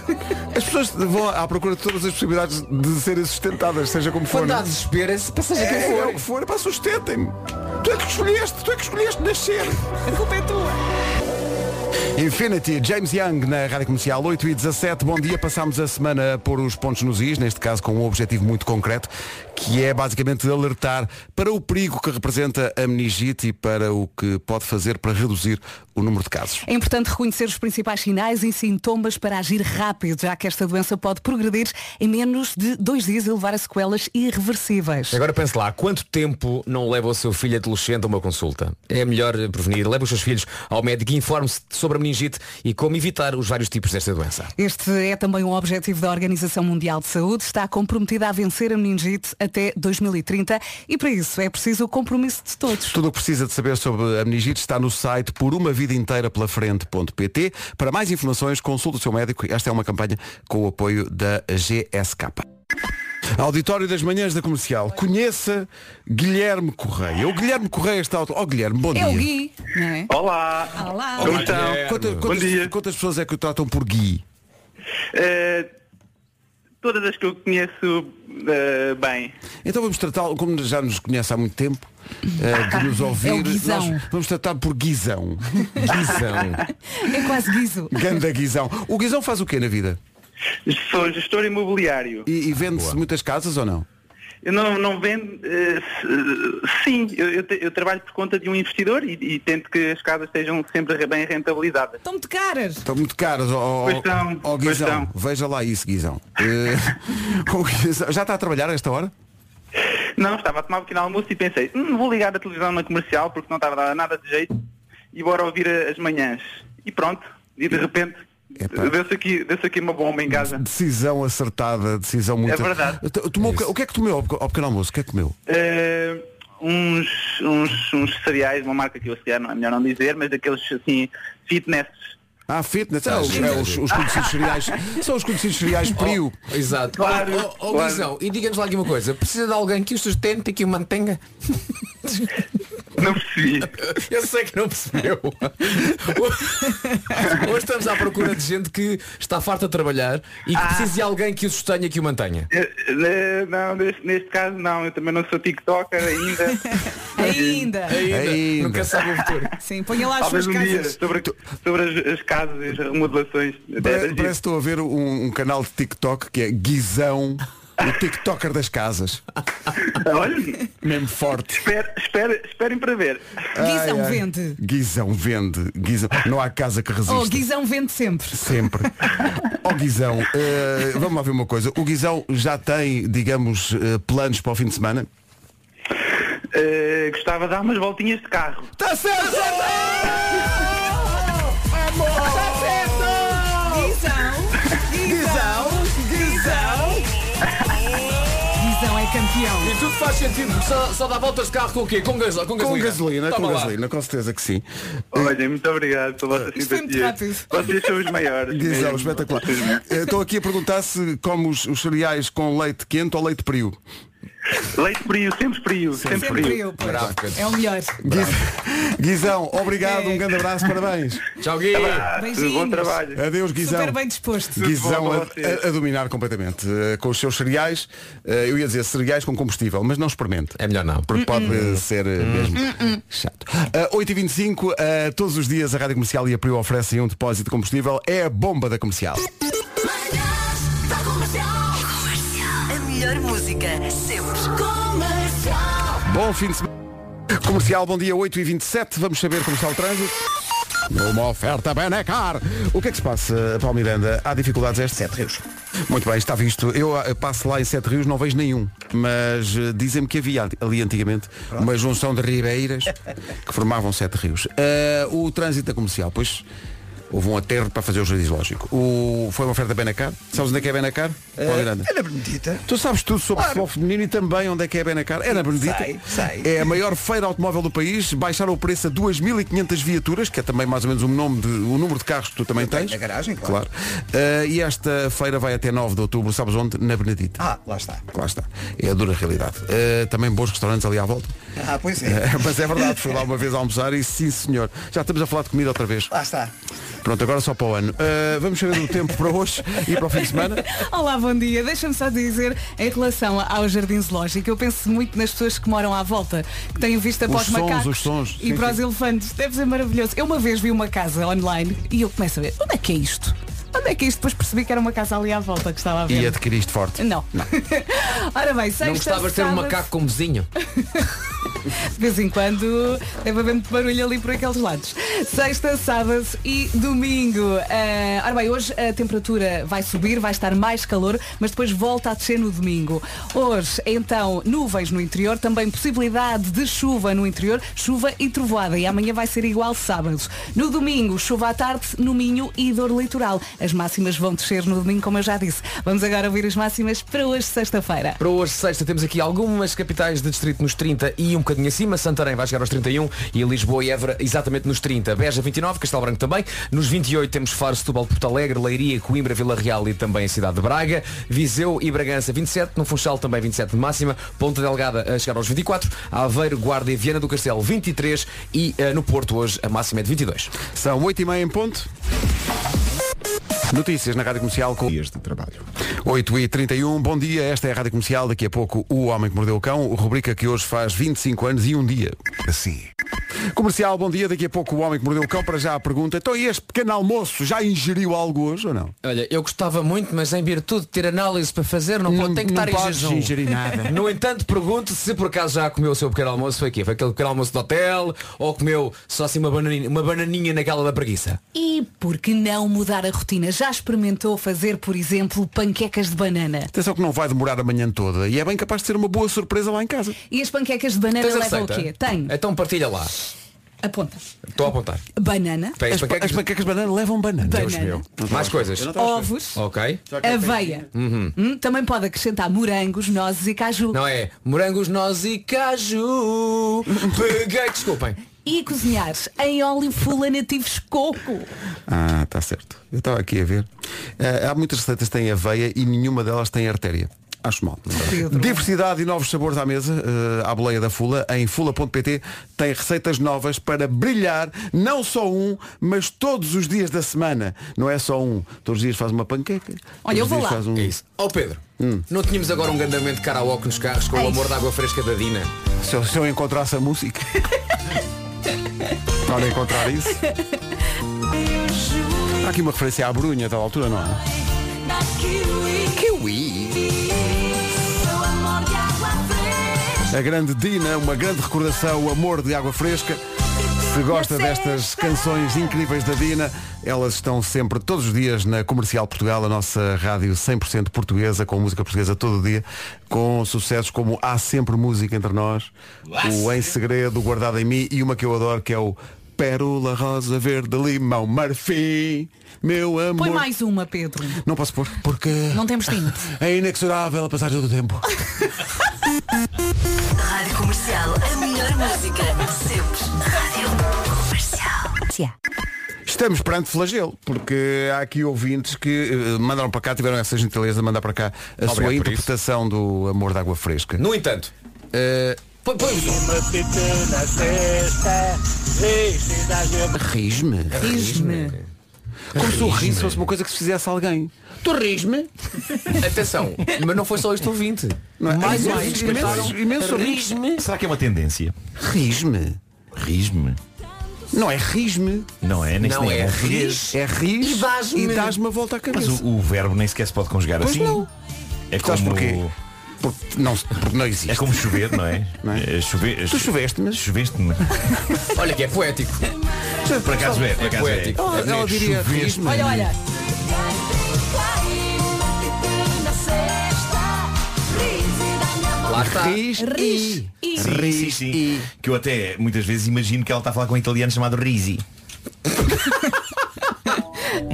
A: [laughs] As pessoas vão à procura de todas as possibilidades de serem sustentadas, seja como for.
D: Quando
A: não é?
D: há desespero, se passa
A: É,
D: quem
A: é o
D: for.
A: que for, pá, sustentem-me. Tu é que escolheste, tu é que escolheste nascer.
C: A culpa é tua.
A: Infinity, James Young na Rádio Comercial 8 e 17. Bom dia, passámos a semana a pôr os pontos nos is, neste caso com um objetivo muito concreto, que é basicamente alertar para o perigo que representa a meningite e para o que pode fazer para reduzir o número de casos.
C: É importante reconhecer os principais sinais e sintomas para agir rápido, já que esta doença pode progredir em menos de dois dias e levar a sequelas irreversíveis.
D: Agora pense lá, quanto tempo não leva o seu filho adolescente a uma consulta? É melhor prevenir, leve os seus filhos ao médico e informe-se sobre a meningite e como evitar os vários tipos desta doença.
C: Este é também um objetivo da Organização Mundial de Saúde. Está comprometida a vencer a meningite até 2030 e para isso é preciso o compromisso de todos.
A: Tudo o que precisa de saber sobre a meningite está no site por uma vida inteira pela frente.pt. Para mais informações, consulte o seu médico. Esta é uma campanha com o apoio da GSK. Auditório das Manhãs da Comercial. Conheça Guilherme Correia. O Guilherme Correia está... ao- Oh, Guilherme, bom dia. Então,
C: É o Gui, não é?
L: Olá.
C: Olá.
L: Como estão?
A: Quanta-
L: Bom
A: quantas,
L: dia.
A: quantas pessoas é que o tratam por Gui?
L: Eh, todas as que eu conheço eh, bem.
A: Então vamos tratá-lo, como já nos conhece há muito tempo, eh,
C: Ah,
A: de nos ouvir,
L: É o Guizão.
A: nós vamos tratar por Guizão.
C: [laughs] É quase
L: [laughs]
C: guiso.
A: Ganda Guizão. O Guizão faz o quê na vida?
L: Sou gestor imobiliário.
A: E, e vende-se muitas casas ou não?
L: Eu não, não vendo. eh, se- sim, eu, eu te- eu trabalho por conta de um investidor e, e tento que as casas estejam sempre bem rentabilizadas.
C: Estão de caras.
A: Estão muito caras, ó, ó,
L: Pois estão,
A: ó,
L: pois
A: Guizão.
L: estão.
A: Veja lá isso, Guizão. Eh, [laughs] o Guizão- Já está a trabalhar a esta hora?
L: Não, estava a tomar um pequeno almoço e pensei, "Hum, vou ligar a televisão na comercial porque não estava a dar nada de jeito e bora ouvir a- as manhãs. E pronto, e de repente deu-se aqui, deu aqui uma bomba em casa.
A: Decisão acertada, decisão muito.
L: É verdade.
A: T- Tomou, o que- o que é que tomeu ao pequ- ao pequeno almoço? O que é que comeu?
L: Eh, uns, uns, uns cereais, uma marca que eu se calhar não é melhor não dizer, mas daqueles assim, fitness.
A: Ah, fitness, é, os, é, os, os conhecidos cereais. São os conhecidos cereais Prio.
D: Oh, exato.
L: Claro,
D: Oh, oh, oh,
L: claro.
D: Guizão, e diga-nos lá aqui uma coisa. Precisa de alguém que o sustente e que o mantenha?
L: [laughs] Não percebi.
D: Eu sei que não
L: [laughs]
D: percebeu. Hoje estamos à procura de gente que está farta de trabalhar e que
L: Ah.
D: precisa de alguém que o sustenha e que o mantenha.
L: [laughs] Eh, eh, Não, neste, neste caso não, eu também não sou TikToker
A: [laughs]
L: ainda.
C: Ainda.
A: Ainda.
L: Nunca sabe o futuro.
C: Sim, ponha lá as
L: Talvez
C: suas
L: um dia
C: casas.
L: sobre, sobre as, as casas e as remodelações. tipo- Até era
A: Parece
L: giro.
A: que estou a ver um, um canal de TikTok que é Guizão, o TikToker das casas.
L: [laughs] Olha,
A: mesmo forte.
L: Espero, espero, esperem para ver.
C: Guizão
A: Ai, ai.
C: vende.
A: Guizão vende. Guizão. Não há casa que resista.
C: Oh, Guizão vende sempre.
A: Sempre. Ó Guizão, eh, vamos lá ver uma coisa. O Guizão já tem, digamos, eh, planos para o fim de semana?
L: Eh, gostava de dar umas voltinhas de carro.
A: Está Tá certo! Tá
C: Guizão, Guizão. Guizão é campeão.
D: E tudo faz sentido, porque só, só dá voltas de carro com o quê? Com, gaso
A: Com
D: com gasolina.
A: gasolina,
D: Toma
A: com
D: lá.
A: gasolina, com certeza que sim. Eh,
L: Olha, muito obrigado
A: É.
L: pela vossa simpatia. Vocês são os maiores.
A: Guizão,
L: mesmo.
A: espetacular.
L: Vocês mesmo.
A: Eh, Estou aqui a perguntar se como os, os cereais com leite quente ou leite frio.
L: Leite frio, sempre frio, sempre,
A: Sempre frio,
L: frio.
A: pois. um Bravo, Pedro.
C: É o melhor.
A: Guiz- [laughs] Guizão, obrigado, um grande abraço, parabéns.
D: Tchau, Gui.
L: Abraço,
C: Beijinhos. bom trabalho.
A: Adeus, Guizão.
C: Super bem disposto.
A: Guizão a, a- a dominar completamente. eh, com os seus cereais, eh, eu ia dizer cereais com combustível, mas não experimente.
D: É melhor não. Hum.
A: Porque pode eh, ser eh, mesmo. Chato. Uh, 8h25, eh, todos os dias a Rádio Comercial e a Prio oferecem um depósito de combustível. É a bomba da comercial.
M: A melhor música sempre. Comercial.
A: Bom fim de semana. Comercial, bom dia, 8h27. Vamos saber como está o trânsito. Numa oferta Benecar. O que é que se passa, Paulo Miranda? Há dificuldades a este? Sete Rios. Muito bem, está visto. Eu ah, passo lá em Sete Rios, não vejo nenhum. Mas eh, dizem-me que havia ali antigamente uma junção de ribeiras que formavam Sete Rios. Ah, o trânsito da comercial, pois houve um aterro para fazer o juiz lógico. O, foi uma oferta Benacar. Sabes onde é que é Benacar? Paulo Miranda.
K: Eh, Ana Benedita.
A: Tu sabes tudo sobre futebol feminino e também onde é que é a Benacar. É na Benedita.
K: Sei, sei.
A: É a maior feira automóvel do país. Baixaram o preço a 2.500 viaturas, que é também mais ou menos o, nome de, o número de carros que tu também tens.
K: na É, garagem,
A: claro. Ah, e esta feira vai até 9 de outubro, sabes onde? Na Benedita.
K: Ah, lá está.
A: Lá está. É a dura realidade. Ah, também bons restaurantes ali à volta.
K: Ah,
A: [laughs]
K: pois é.
A: Ah, Mas é verdade, fui lá uma vez a almoçar e sim senhor. Já estamos a falar de comida outra vez.
K: Lá está.
A: Pronto, agora só para o ano. Ah, vamos saber do tempo para hoje e para o fim de semana.
C: [laughs] Olá, bom dia. Deixa-me só dizer, em relação ao Jardim Zoológico, eu penso muito nas pessoas que moram à volta, que têm vista para
A: Os
C: os
A: sons,
C: macacos
A: os sons.
C: e
A: Sim,
C: para os
A: sim.
C: elefantes. Deve ser maravilhoso. Eu uma vez vi uma casa online e eu começo a ver, onde é que é isto? Onde é que é isto? Depois percebi que era uma casa ali à volta que estava a ver.
A: E adquiriste forte.
C: Não. [laughs] Ora bem, sexta,
D: Não gostava de ter um
C: sábado,
D: macaco como vizinho.
C: De vez em quando deve haver muito barulho ali por aqueles lados. Sexta, sábado e domingo. Ah, ora bem, hoje a temperatura vai subir, vai estar mais calor, mas depois volta a descer no domingo. Hoje, então, nuvens no interior, também possibilidade de chuva no interior, chuva e trovoada. E amanhã vai ser igual sábado. No domingo, chuva à tarde no Minho e dor litoral. As máximas vão descer no domingo, como eu já disse. Vamos agora ouvir as máximas para hoje, sexta-feira.
D: Para hoje, sexta, temos aqui algumas capitais de distrito nos 30 e um bocadinho acima. Santarém vai chegar aos 31 e Lisboa e Évora exatamente nos 30. Beja 29, Castelo Branco também. Nos 28 temos Faro, Setúbal, Porto Alegre, Leiria, Coimbra, Vila Real e também a cidade de Braga. Viseu e Bragança 27, no Funchal também 27 de máxima. Ponta Delgada a chegar aos 24. Aveiro, Guarda e Viana do Castelo 23 e eh, no Porto hoje a máxima é de 22.
A: São 8h30 em ponto. Notícias na Rádio Comercial com dias de trabalho. 8 e 31 bom dia, esta é a Rádio Comercial, daqui a pouco o Homem que Mordeu o Cão, rubrica que hoje faz 25 anos e um dia. Assim. Comercial, bom dia, daqui a pouco o Homem que Mordeu o Cão, para já a pergunta, então e este pequeno almoço, já ingeriu algo hoje ou não?
D: Olha, eu gostava muito, mas em virtude de ter análise para fazer, não, pode, tem que
A: não
D: estar em
A: podes
D: jejum.
A: ingerir nada.
D: [laughs] No entanto, pergunto se por acaso já comeu o seu pequeno almoço, foi aqui, foi aquele pequeno almoço do hotel, ou comeu só assim uma bananinha, uma bananinha naquela da preguiça.
C: E por que não mudar a rotina? Já experimentou fazer, por exemplo, panquecas de banana?
A: Atenção que não vai demorar a manhã toda e é bem capaz de ser uma boa surpresa lá em casa.
C: E as panquecas de banana
D: Tens a
C: levam o
D: receita?
C: quê? Tenho.
D: Então partilha lá.
C: Aponta.
D: Estou a apontar.
C: Banana,
D: Tem
A: As, pa- as panquecas de banana levam banana.
D: Deus
C: Banana.
D: meu. Mais coisas.
C: Eu não tava à espera. Ovos.
D: Ok.
C: é aveia.
D: Uhum.
C: Hum, também pode acrescentar morangos, nozes e caju.
D: Não é morangos, nozes e [laughs] caju. Peguei, desculpem.
C: E cozinhar em óleo fulanativos coco.
A: Ah, está certo. Eu estava aqui a ver. Ah, há muitas receitas que têm aveia e nenhuma delas tem artéria. Acho mal. é Diversidade e novos sabores à mesa, ah, à boleia da Fula, em fula.pt tem receitas novas para brilhar, não só um, mas todos os dias da semana. Não é só um. Todos os dias faz uma panqueca. todos
D: Olha, eu
A: os
D: vou
A: dias
D: lá.
A: Faz um... Hum.
D: É isso. Ó Pedro, não tínhamos agora um grandamento de karaoke nos carros com o amor da água fresca da Dina?
A: Se eu, se eu encontrasse a música.
D: [laughs]
A: Para encontrar isso. Há aqui uma referência à Brunha, a tal altura, não é? A grande Dina, uma grande recordação, o amor de água fresca. Se gosta destas canções incríveis da Dina, elas estão sempre, todos os dias, na Comercial Portugal, a nossa rádio 100% portuguesa, com música portuguesa todo o dia, com sucessos como Há Sempre Música Entre Nós, o Em Segredo, o Guardado em Mim e uma que eu adoro, que é o Pérola Rosa Verde Limão Marfim, meu amor.
C: Põe mais uma, Pedro.
A: Não posso pôr, porque
C: Não temos tempo.
A: é inexorável a passagem do tempo.
M: Rádio Comercial, a melhor música sempre. Rádio Comercial.
A: Estamos perante flagelo, porque há aqui ouvintes que eh, mandaram para cá, tiveram essa gentileza de mandar para cá a
D: Obrigado
A: sua
D: por
A: interpretação do amor de água fresca.
D: No entanto,
A: eh, Risme.
N: É
C: Risme.
A: Como se o riso fosse uma coisa que se fizesse a alguém. Tu risme?
D: Atenção, mas não foi só este ouvinte.
A: Não é?
D: Mais
A: Imensos-
D: ouvintes
A: imensos-
D: cantaram.
A: imensos ouvintes.
O: Risme. Será que é uma tendência?
A: Risme.
O: Risme.
A: Não é risme.
O: Não é, nem
A: Não,
O: nem
A: é ris. É ris. E dás-me. E dás-me a volta à
O: Mas
A: cabeça.
O: o, o verbo nem sequer se pode conjugar
A: Pois
O: assim.
A: não.
O: É
A: Sabes
O: como...
A: porquê? Porque não, porque não existe.
O: É como chover, não é? É chover-
A: Tu choveste, mas.
O: Choveste-me.
D: Olha que é poético.
O: Por acaso é, por acaso é.
D: poético.
O: Ela- ela diria
D: Choveste-me.
O: rismo.
C: Olha, olha.
O: Lá está.
A: Ris.
C: Ris.
O: Sim, sim, sim. Que eu até muitas vezes imagino que ela está a falar com um italiano chamado [laughs] Risi.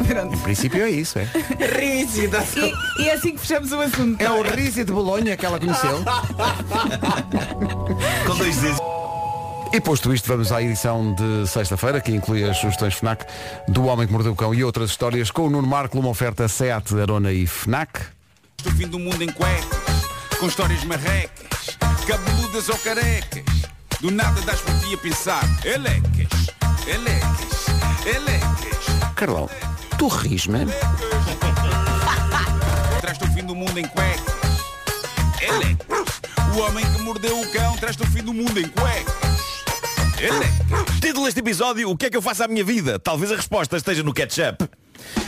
A: Em princípio é isso,
O: Então,
A: é.
C: Rígido. E, e é assim que fechamos o assunto.
A: É o riso de Bolonha que ela
C: [laughs]
A: conheceu.
O: Com dois dedos.
A: E posto isto, vamos à edição de sexta-feira, que inclui as sugestões FNAC do Homem que Mordeu o Cão e outras histórias com o Nuno Marco, uma oferta SEAT, Arona e FNAC.
P: O fim do mundo em cuecas, com histórias marrecas, cabeludas ou carecas. Do nada das por ti a pensar, elecas, elecas, elecas.
A: Carlão, tu ris,
O: é?
A: mano.
P: Traz-te o fim do mundo em cuecas. Electros. O homem que mordeu o cão traz-te o fim do mundo em cuecas. Electros.
O: Título deste episódio, o que é que eu faço à minha vida? Talvez a resposta esteja no ketchup.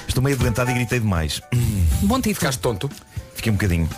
O: Estou meio adoentado e gritei demais.
C: Bom título. Ficaste
O: tonto? Fiquei um bocadinho.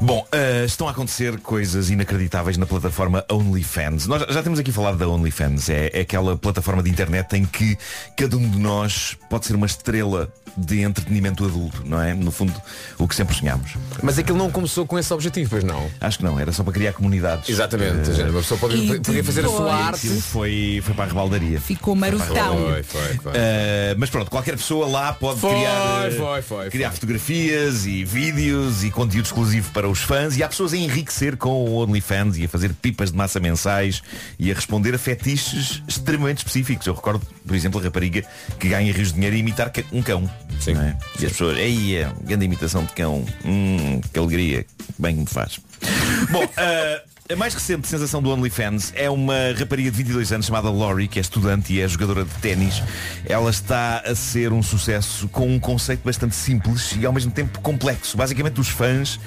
O: Bom, eh, estão a acontecer coisas inacreditáveis na plataforma OnlyFans. Nós já temos aqui falado da OnlyFans. É, é aquela plataforma de internet em que cada um de nós pode ser uma estrela de entretenimento adulto, não é? No fundo, o que sempre sonhámos.
D: Mas aquilo não começou com esse objetivo, pois não?
O: Acho que não, era só para criar comunidades.
D: Exatamente,
O: Eh,
D: gente, uma pessoa pode- E podia fazer a sua depois? arte.
O: Aquilo Foi, foi para a rebaldaria.
C: Ficou marotão.
O: Foi, foi, foi. Eh, mas pronto, qualquer pessoa lá pode
D: Foi,
O: criar, eh,
D: foi, foi,
O: criar fotografias e vídeos e conteúdo exclusivo para os fãs e há pessoas a enriquecer com o OnlyFans e a fazer pipas de massa mensais e a responder a fetiches extremamente específicos. Eu recordo, por exemplo, a rapariga que ganha rios de dinheiro a imitar ca- um cão. Sim. É? E as pessoas, ei, é, grande imitação de cão. Hum, que alegria, que bem que me faz. Bom, eh, a mais recente sensação do OnlyFans é uma rapariga de 22 anos chamada Laurie, que é estudante e é jogadora de ténis. Ela está a ser um sucesso com um conceito bastante simples e ao mesmo tempo complexo. Basicamente, os fãs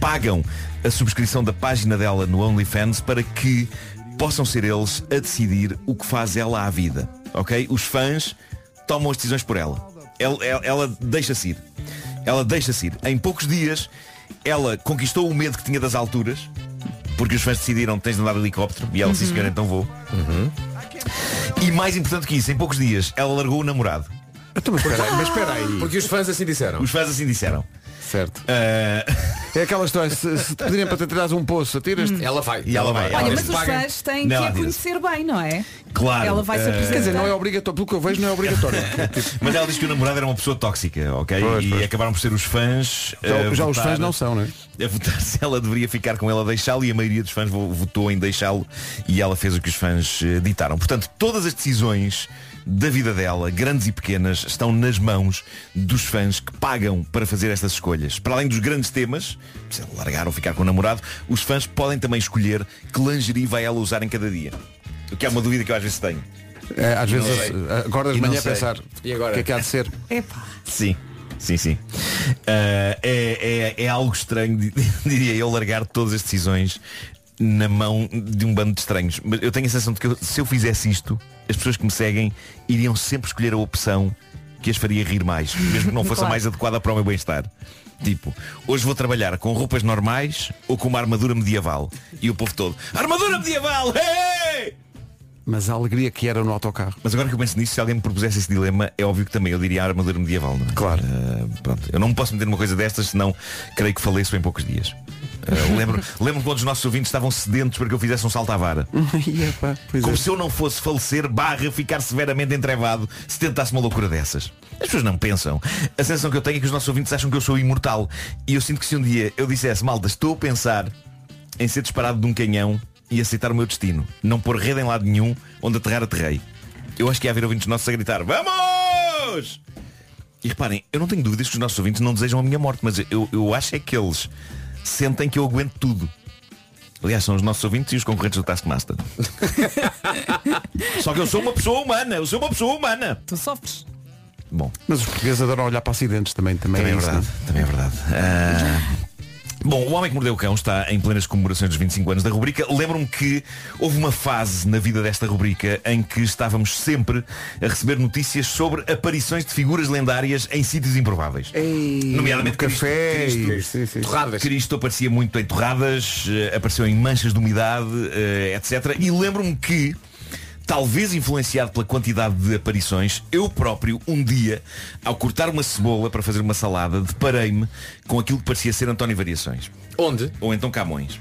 O: pagam a subscrição da página dela no OnlyFans para que possam ser eles a decidir o que faz ela à vida. Ok? Os fãs tomam as decisões por ela. Ela, ela- ela deixa-se ir. Ela deixa-se ir. Em poucos dias, ela conquistou o medo que tinha das alturas, porque os fãs decidiram tens de andar de helicóptero, e ela disse,
Q: Uhum.
O: senhora, então vou.
A: Uhum.
O: E mais importante que isso, em poucos dias, ela largou o namorado.
A: espera aí, Então, mas espera aí.
O: Porque os fãs assim disseram. Os fãs assim disseram.
A: Certo.
O: É
A: aquela história, se, se te pedirem para te atirar um poço, atiras-te.
D: Ela vai.
O: E Hum. ela vai.
C: Olha,
O: Ela
C: mas os
O: paga-
C: fãs têm
O: Não,
C: que a
O: atira-se.
C: conhecer bem, não é?
O: Claro.
C: Ela vai se
O: eh,
C: apresentar.
A: Quer dizer, não é obrigatório, pelo que eu vejo não
O: [laughs]
A: é obrigatório.
O: Tipo, Mas ela disse que o namorado era uma pessoa tóxica, ok? e acabaram por ser os fãs.
A: Já-
O: a
A: já os
O: votar-
A: fãs não são, não é?
O: A votar se ela deveria ficar com ela ou deixá-lo e a maioria dos fãs vo- votou em deixá-lo e ela fez o que os fãs eh, ditaram. Portanto, todas as decisões da vida dela, grandes e pequenas, estão nas mãos dos fãs que pagam para fazer estas escolhas. Para além dos grandes temas, se ela largar ou ficar com o namorado, os fãs podem também escolher que lingerie vai ela usar em cada dia. O que é uma dúvida que eu às vezes tenho.
A: É, às
O: E não
A: vezes
O: sei.
A: acordas de
O: E não
A: manhã a
O: sei.
A: pensar o que é que há de ser.
O: Sim, sim, sim. Ah, é, é, é algo estranho, di- [laughs] diria eu, largar todas as decisões na mão de um bando de estranhos. Mas eu tenho a sensação de que eu- se eu fizesse isto, as pessoas que me seguem iriam sempre escolher a opção que as faria rir mais, mesmo que não fosse a
Q: Claro.
O: mais adequada para o meu bem-estar. Tipo, hoje vou trabalhar com roupas normais ou com uma armadura medieval. E o povo todo, armadura medieval! Hey!
A: Mas a alegria que era no autocarro.
O: Mas agora que eu penso nisso, se alguém me propusesse esse dilema, é óbvio que também eu diria a armadura medieval, não é? Claro. pronto. Eu não me posso meter numa coisa destas, senão creio que faleço em poucos dias. Ah, lembro, lembro quando os nossos ouvintes estavam sedentos para que eu fizesse um salto à vara. Como se eu não fosse falecer, barra, ficar severamente entrevado se tentasse uma loucura dessas. As pessoas não pensam. A sensação que eu tenho é que os nossos ouvintes acham que eu sou imortal. E eu sinto que se um dia eu dissesse, malta, estou a pensar em ser disparado de um canhão e aceitar o meu destino. Não pôr rede em lado nenhum, onde aterrar aterrei. Eu acho que ia haver ouvintes nossos a gritar, vamos! E reparem, eu não tenho dúvidas que os nossos ouvintes não desejam a minha morte, mas eu, eu acho é que eles sentem que eu aguento tudo. Aliás, são os nossos ouvintes e os concorrentes do Taskmaster. Só que eu sou uma pessoa humana, eu sou uma pessoa humana.
C: Tu sofres.
O: Bom.
A: Mas os portugueses adoram olhar para acidentes também. Também,
O: Também é
A: isso,
O: verdade, também é verdade. Ah, Bom, o Homem que Mordeu o Cão está em plenas comemorações dos 25 anos da rubrica. Lembro-me que houve uma fase na vida desta rubrica em que estávamos sempre a receber notícias sobre aparições de figuras lendárias em sítios improváveis. Nomeadamente café, Cristo,
A: é?
O: torradas. Cristo aparecia muito em torradas, eh, apareceu em manchas de umidade, eh, etc. E lembro-me que, talvez influenciado pela quantidade de aparições, eu próprio, um dia, ao cortar uma cebola para fazer uma salada, deparei-me com aquilo que parecia ser António Variações. Onde? Ou então Camões.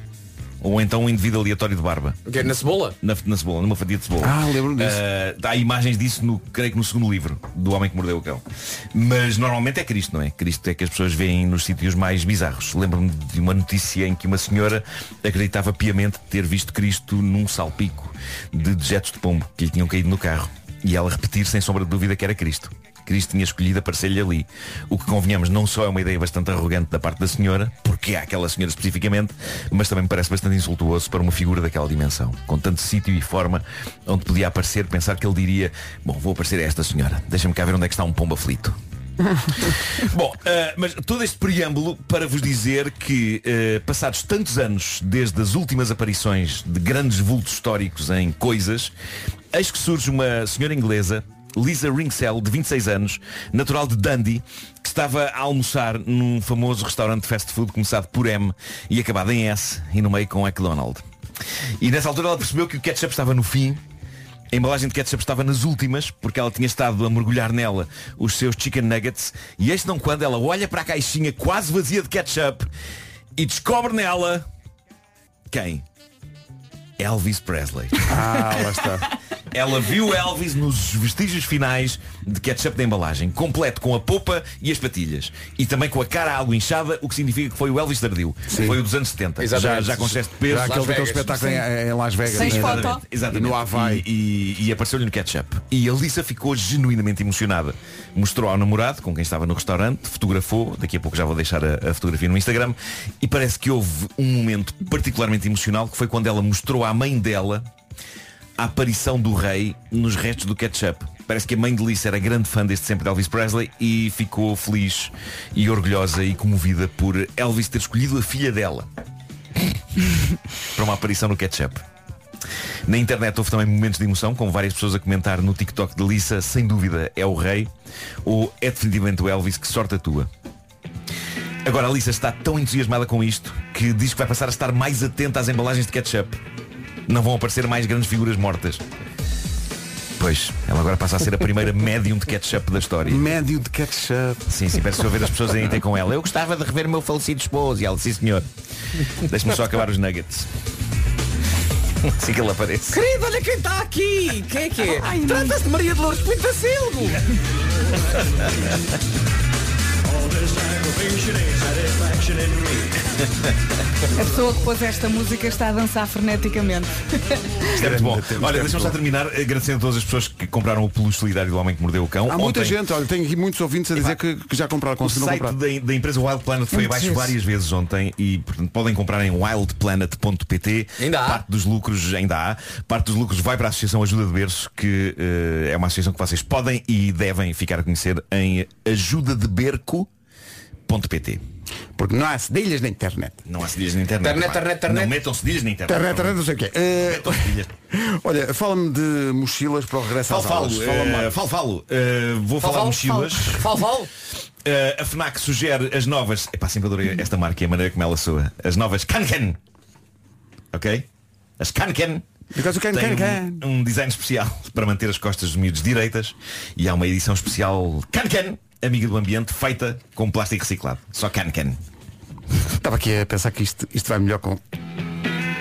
O: Ou então um indivíduo aleatório de barba.
D: O quê? Na cebola?
O: Na, na cebola, numa fatia de cebola.
A: Ah, lembro-me disso.
O: Eh, há imagens disso, no, creio que no segundo livro, do Homem que Mordeu o Cão. Mas normalmente é Cristo, não é? Cristo é que as pessoas veem nos sítios mais bizarros. Lembro-me de uma notícia em que uma senhora acreditava piamente ter visto Cristo num salpico de dejetos de pombo que lhe tinham caído no carro. E ela repetir sem sombra de dúvida que era Cristo. Cris tinha escolhido aparecer-lhe ali. O que convenhamos não só é uma ideia bastante arrogante da parte da senhora, porque é aquela senhora especificamente, mas também me parece bastante insultuoso para uma figura daquela dimensão, com tanto sítio e forma onde podia aparecer, pensar que ele diria, bom, vou aparecer a esta senhora, deixa-me cá ver onde é que está um pombo aflito. Bom, eh, mas todo este preâmbulo para vos dizer que eh, passados tantos anos desde as últimas aparições de grandes vultos históricos em coisas, eis que surge uma senhora inglesa, Lisa Ringsell, de 26 anos, natural de Dundee, que estava a almoçar num famoso restaurante de fast food começado por M e acabado em S e no meio com McDonald. E nessa altura ela percebeu que o ketchup estava no fim a embalagem de ketchup estava nas últimas, porque ela tinha estado a mergulhar nela os seus chicken nuggets, e este não quando ela olha para a caixinha quase vazia de ketchup e descobre nela quem? Elvis Presley.
A: Ah, lá está.
O: [laughs] Ela viu Elvis nos vestígios finais de ketchup da embalagem, completo com a polpa e as patilhas. E também com a cara algo inchada, o que significa que foi o Elvis tardio. Foi o dos anos 70. Já, já com excesso de peso.
A: Já aquele,
O: Las
A: aquele
O: Vegas.
A: espetáculo
O: Sim.
A: em, em Las Vegas.
O: Sim,
A: né?
O: Exatamente. exatamente.
A: E No Havaí.
O: E, e- e apareceu-lhe no ketchup. E a Lisa ficou genuinamente emocionada. Mostrou ao namorado, com quem estava no restaurante, fotografou, daqui a pouco já vou deixar a, a fotografia no Instagram, e parece que houve um momento particularmente emocional que foi quando ela mostrou à mãe dela a aparição do rei nos restos do ketchup. Parece que a mãe de Lisa era grande fã desde sempre de Elvis Presley e ficou feliz e orgulhosa e comovida por Elvis ter escolhido a filha [laughs] dela para uma aparição no ketchup. Na internet houve também momentos de emoção, com várias pessoas a comentar no TikTok de Lisa, sem dúvida é o rei, ou é definitivamente o Elvis, que sorte a tua. Agora a Lisa está tão entusiasmada com isto que diz que vai passar a estar mais atenta às embalagens de ketchup. Não vão aparecer mais grandes figuras mortas. Pois, ela agora passa a ser a
A: [laughs]
O: primeira médium de ketchup da história.
A: Médio de ketchup.
O: Sim, sim, parece que eu ver as pessoas a irem ter com ela. Eu gostava de rever o meu falecido esposo. E ela, sim senhor. Deixe-me só acabar os nuggets. Assim que ele aparece.
D: Querido, olha quem está aqui! Quem é que é? Trata-se de Maria de Lourdes Pinto da Silva!
C: A pessoa que pôs esta música está a dançar freneticamente.
O: Isto é muito bom. Olha, deixa-me só terminar agradecendo a todas as pessoas que compraram o peluche solidário do homem que mordeu o cão.
A: Há muita
O: Então, Ontem,
A: gente, olha, tenho aqui muitos ouvintes a dizer que, que já compraram,
O: O
A: conseguiram
O: site
A: comprar.
O: da, da empresa Wild Planet foi
A: Muito
O: abaixo
A: isso.
O: várias vezes ontem e portanto, podem comprar em wildplanet.pt. Ainda há. Parte dos lucros, ainda há. Parte dos lucros vai para a Associação Ajuda de Berço, que eh, é uma associação que vocês podem e devem ficar a conhecer em ajudadeberco.pt.
A: Porque não há cedilhas na internet.
O: Não há cedilhas na internet.
A: Internet,
O: pá.
A: internet, internet.
O: Não metam cedilhas na internet.
A: Internet, internet, não sei o quê. Eh, olha, fala-me de mochilas para o regresso
O: Falo,
A: às
O: falo,
A: aulas.
O: eh,
A: Marcos.
O: falo, falo. Eh, vou
A: Falo,
O: falar de
A: falo,
O: mochilas.
A: falo.
O: [laughs] Eh, a FNAC sugere as novas. Epá, sempre adorei esta marca e a maneira como ela soa. As novas Kanken. Ok? As Kanken.
A: Because you can,
O: têm
A: can,
O: um, um design especial [laughs] para manter as costas dos miúdos direitas e há uma edição especial Kanken, amiga do ambiente, feita com plástico reciclado. Só
A: [laughs]
O: Kanken.
A: Estava aqui a pensar que isto, isto vai melhor com.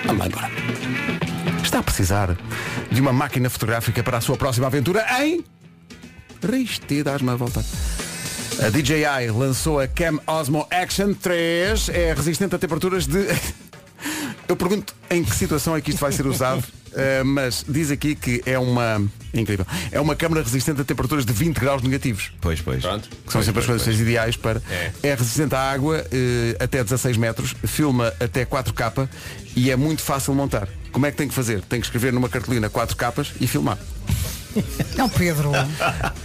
A: Vamos lá embora. Está a precisar de uma máquina fotográfica para a sua próxima aventura em. Riste, dás uma volta. A DJI lançou a Cam Osmo Action 3. É resistente a temperaturas de. [laughs] Eu pergunto em que situação é que isto vai ser usado, [laughs] eh, mas diz aqui que é uma. Incrível. É uma câmara resistente a temperaturas de 20 graus negativos.
O: Pois, pois. Pronto.
A: Que são sempre as condições ideais para. É. resistente à água eh, até 16 metros, filma até 4K e é muito fácil montar. Como é que tem que fazer? Tem que escrever numa cartolina 4 capas e
O: [laughs]
A: filmar.
C: Não, Pedro.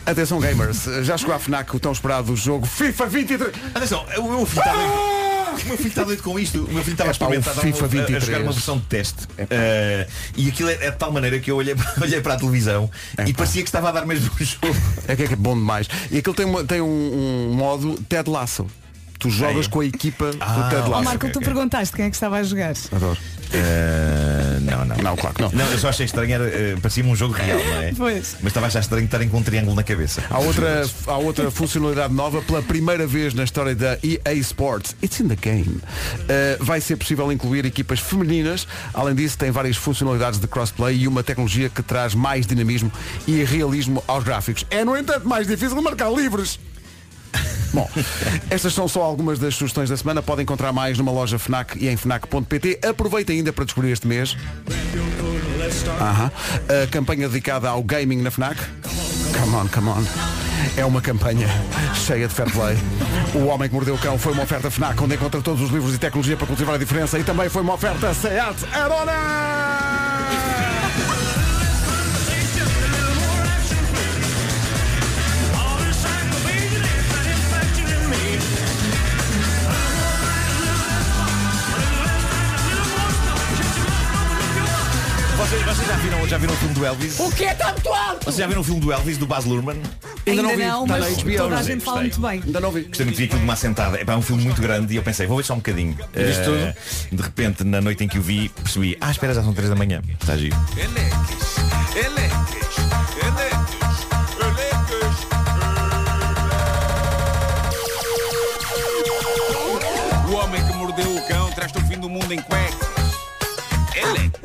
A: Atenção gamers, já chegou à FNAC o tão esperado jogo FIFA 23.
O: Atenção, o meu filho está
A: Ah!
O: doido. O meu filho está doido com isto. O meu filho estava
A: É pá, o
O: experimentado
A: FIFA
O: a- a, a
A: 23.
O: jogar uma versão de teste.
A: É
O: Eh, e aquilo é, é de tal maneira que eu olhei, [laughs] olhei para a televisão um e parecia que estava a dar mesmo o jogo.
A: É que é que é bom demais. E aquilo tem, uma- tem um, um modo Ted Lasso. Tu
O: Ah,
A: jogas
O: é?
A: com a equipa do Ted
C: Ó
A: Lasso.
C: Oh, Marco, tu perguntaste quem é que estava a jogar.
A: Adoro.
O: Eh, não, não.
A: Não, claro que não.
O: Não, eu só achei estranho, era, eh, parecia-me um jogo real, não é?
C: Pois.
O: Mas estava a achar estranho estarem com um triângulo na cabeça.
A: Há outra, há outra funcionalidade nova pela primeira vez na história da EA Sports. It's in the game. Uh, vai ser possível incluir equipas femininas. Além disso, tem várias funcionalidades de crossplay e uma tecnologia que traz mais dinamismo e realismo aos gráficos. É, no entanto, mais difícil marcar livres. Bom, estas são só algumas das sugestões da semana. Podem encontrar mais numa loja FNAC e em FNAC.pt. Aproveita ainda para descobrir este mês Aham. a campanha dedicada ao gaming na FNAC. Come on, come on. É uma campanha cheia de fair play. O Homem que Mordeu o Cão foi uma oferta FNAC, onde encontra todos os livros e tecnologia para cultivar a diferença. E também foi uma oferta SEAT Arona!
O: Vocês, vocês já, viram, já viram o filme do Elvis?
M: O que é tão alto?
O: Vocês já viram o filme do Elvis, do Baz Luhrmann?
C: Ainda não vi. não, Está na mas HBO, toda a
O: Gostei,
C: gente
O: gostei.
C: fala muito bem.
A: Ainda não vi.
O: Gostei muito de ver aquilo de uma assentada. Epá, É um filme muito grande e eu pensei, vou ver só um bocadinho.
M: Viste
O: Eh,
M: tudo?
O: De repente, na noite em que o vi, percebi, ah, espera, já são 3 da manhã. Está giro.
P: Eleques, eleques, eleques, eleques. O homem que mordeu o cão traz-te o fim do mundo em cuecas. Eleques.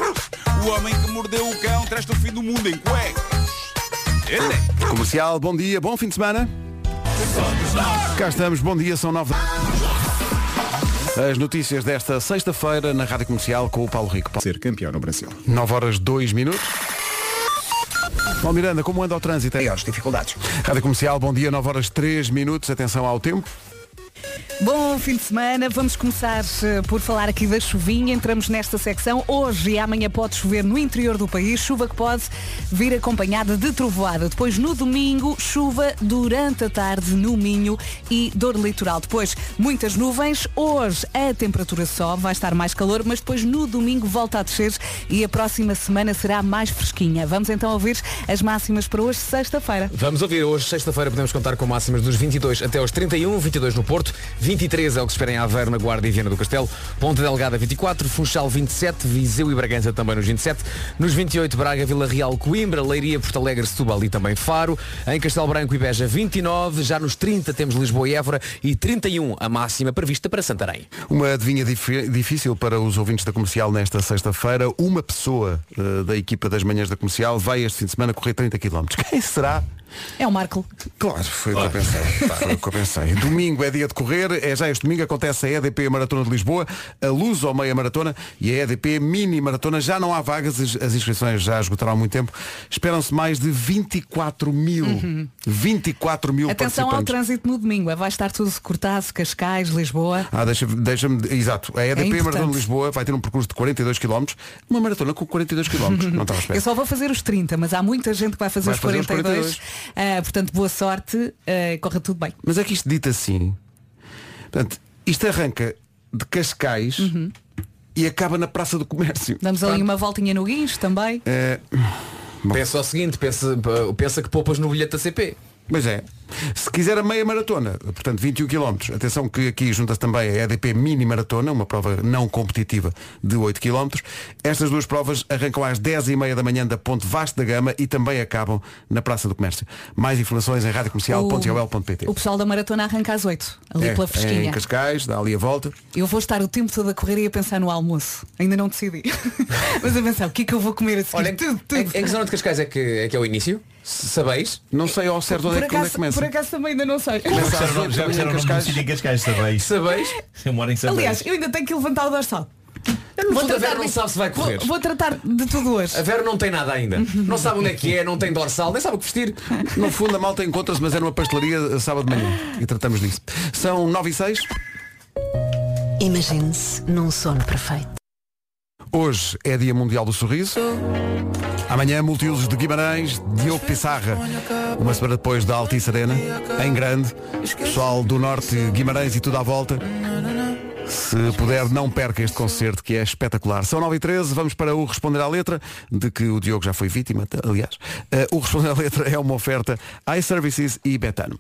P: O homem que mordeu o cão traz-te o fim do mundo em cuecas. é. Eleques.
A: [laughs] Comercial, bom dia, bom fim de semana. Cá estamos, bom dia, são nove. da- As notícias desta sexta-feira na Rádio Comercial com o Paulo Rico.
J: Ser campeão no Brasil.
A: 9 horas 2 minutos. Paulo Miranda, como anda o trânsito? Maiores dificuldades. Rádio Comercial, bom dia, 9 horas 3 minutos, atenção ao tempo.
C: Bom fim de semana, vamos começar eh, por falar aqui da chuvinha. Entramos nesta secção. Hoje e amanhã pode chover no interior do país, chuva que pode vir acompanhada de trovoada. Depois, no domingo, chuva durante a tarde no Minho e dor litoral. Depois, muitas nuvens. Hoje a temperatura sobe, vai estar mais calor, mas depois no domingo volta a descer e a próxima semana será mais fresquinha. Vamos então ouvir as máximas para hoje, sexta-feira.
D: Vamos ouvir. Hoje, sexta-feira, podemos contar com máximas dos 22 até aos 31, 22 no Porto, 23 é o que se espera em Aveiro, na Guarda e Viana do Castelo, Ponta Delgada 24, Funchal 27, Viseu e Bragança também nos 27, nos 28 Braga, Vila Real, Coimbra, Leiria, Porto Alegre, Setúbal e também Faro, em Castelo Branco e Beja 29, já nos 30 temos Lisboa e Évora e 31 a máxima prevista para Santarém.
A: Uma adivinha dif- difícil para os ouvintes da comercial nesta sexta-feira. Uma pessoa eh, da equipa das manhãs da comercial vai este fim de semana correr 30 km. [laughs] Quem será?
C: É o Marco.
A: Claro, foi o que eu pensei. Foi o que eu pensei. Domingo é dia de correr, é já este domingo acontece a EDP Maratona de Lisboa, a Luz ao Meia Maratona e a EDP Mini Maratona. Já não há vagas, as as inscrições já esgotaram há muito tempo. Esperam-se mais de 24 mil.
C: Uhum.
A: 24 mil
C: Atenção ao
A: participantes.
C: trânsito no domingo. Vai estar tudo cortado, Cascais, Lisboa.
A: Ah, deixa- deixa-me. exato. A EDP
C: É importante.
A: Maratona de Lisboa vai ter um percurso de 42 km. Uma maratona com 42
C: [laughs]
A: km. Não estava à espera.
C: Eu só vou fazer os 30, mas há muita gente que vai fazer,
A: Vai
C: os,
A: fazer os
C: 42.
A: 42.
C: Ah, portanto, boa sorte. ah, corra tudo bem.
A: Mas é que isto dito assim. Portanto, isto arranca de Cascais e acaba na Praça do Comércio.
C: Damos ali uma voltinha no guincho também.
A: É,
D: Pensa o seguinte, pensa, pensa que poupas no bilhete da CP.
A: Mas é. Se quiser a meia maratona, portanto 21 km, atenção que aqui junta-se também a EDP Mini Maratona, uma prova não competitiva de 8 km. Estas duas provas arrancam às 10h30 da manhã da Ponte Vasto da Gama e também acabam na Praça do Comércio. Mais informações em radiocomercial.ol.pt
C: O pessoal da maratona arranca às 8, ali
A: É,
C: pela
A: é em
C: fresquinha.
A: Cascais, dá ali a volta.
C: Eu vou estar o tempo todo a correr e a pensar no almoço. Ainda não decidi. [laughs] mas a pensar, o que é que eu vou comer a seguir?
D: Olha,
C: tudo, tudo.
D: é, é que zona de Cascais é que é, que é o início? S- Sabeis?
A: Não sei ao certo é
C: por, acaso, por acaso também ainda não sei.
O: Já disseram o nome- já disseram o nome do sítio em Cascais, sabeis?
D: Sabeis?
O: Eu moro em Sabeis.
C: Aliás, eu ainda tenho que levantar o dorsal.
D: No fundo, a Vera não
C: disso.
D: sabe se vai correr.
C: Vou, vou tratar de tudo hoje.
D: A Vera não tem nada ainda. Não sabe onde é que é, não tem dorsal, nem sabe o que vestir.
A: No fundo a malta encontra-se, mas é numa pastelaria eh, sábado de manhã. E tratamos disso. São 9 e 6.
M: Imagine-se num sono perfeito.
A: Hoje é Dia Mundial do Sorriso. Amanhã, multiusos de Guimarães, Diogo Pissarra. Uma semana depois da Altice Arena, em grande. Pessoal do Norte, Guimarães e tudo à volta. Se puder, não perca este concerto que é espetacular. São 9 e 13 vamos para o Responder à Letra, de que o Diogo já foi vítima, t- aliás. Eh, o Responder à Letra é uma oferta iServices e Betano.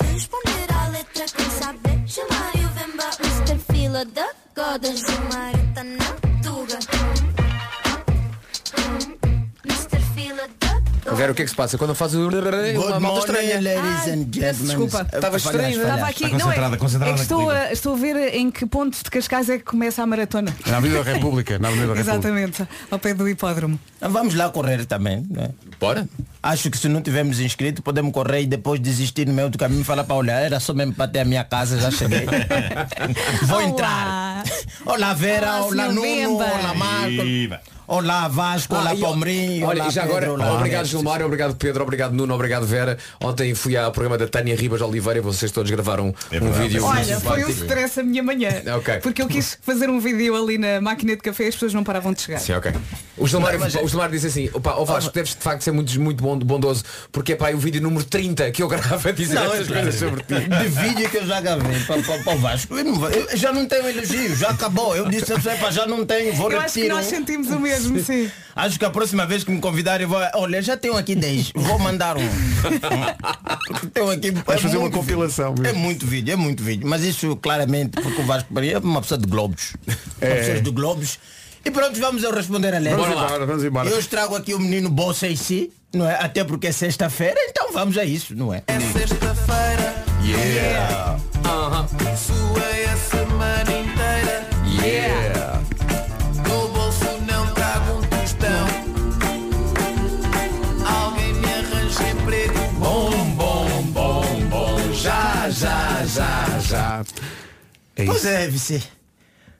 H: Responder à letra quem sabe chamar e o Vemba, Mr. Fila da Goda, Marita na Tuga. Mr. Fila da
D: A Vera, o que é que se passa? Quando faz o...
Q: Good
D: Uma malta estranha.
Q: morning, ladies and
D: peço
Q: gentlemen.
D: desculpa.
Q: Tá
D: Estava
Q: Falhaste,
D: estranho, não é?
Q: falhaste.
C: Aqui, não, é, é que estou, a, estou a ver em que ponto de Cascais é que começa a maratona.
A: Na Avenida da República. Na Avenida da República.
C: Exatamente, ao pé do hipódromo.
Q: Vamos lá correr também. Né?
D: Bora.
Q: Acho que se não tivermos inscrito, podemos correr e depois desistir no meio do caminho e falar para olhar. Era só mesmo para ter a minha casa,
N: [laughs]
Q: já cheguei. Vou entrar. Olá, Vera. Olá,
M: senhor
Q: Nuno.
M: Bemba.
Q: Olá, Marco.
O: Viva.
Q: Olá Vasco, olá
D: Ah, e-
Q: Palmeirinho,
D: Olha,
Q: olá
D: e já agora,
Q: Pedro, olá
D: obrigado
Q: Neto.
D: Gilmar, obrigado Pedro, obrigado Nuno, obrigado Vera. Ontem fui ao programa da Tânia Ribas Oliveira e vocês todos gravaram
Q: É
A: É
D: um
O: verdade.
D: vídeo.
C: Olha,
D: muito
C: foi um
D: simpático.
C: stress a minha manhã.
D: [laughs] Ok.
C: Porque eu quis fazer um vídeo ali na máquina de café e as pessoas não paravam de chegar.
D: Sim, ok. O Gilmar, o Gilmar disse assim, opa, ó Vasco, deves de facto ser muito, muito bond- bondoso, porque é pá, é o vídeo número 30 que eu gravo a dizer
Q: Não,
D: estas
Q: é-
D: coisas
R: [laughs]
D: sobre ti.
Q: De vídeo que eu já gravei para, para, para o Vasco. Eu, não vou- eu já não tenho elogio, já acabou. Eu disse, "Epa, já não tenho, vou
C: Eu acho
Q: repetir.
C: que nós
Q: um."
C: sentimos o mesmo, sim.
Q: [laughs] Acho que a próxima vez que me convidarem, eu vou. Olha, já tenho aqui 10, vou mandar um. tenho Então, aqui. Vais
A: fazer uma compilação
Q: É muito vídeo, é muito vídeo. Mas isso claramente, porque o Vasco Maria é uma pessoa de Globos. Uma
A: É.
Q: pessoa de Globos. E pronto, vamos eu responder a letra.
A: Vamos Bora lá. embora, vamos embora.
Q: Eu trago aqui o menino Bolsa em si, não é? Até porque é sexta-feira, então vamos a isso, não é?
N: Sexta-feira, Uh-huh.
Q: Yeah.
N: suei a semana inteira.
Q: Yeah.
N: No bolso não trago um tostão. Alguém me arranja emprego. Bom, bom, bom, bom. Já, já, já, já.
Q: É pois é, VC.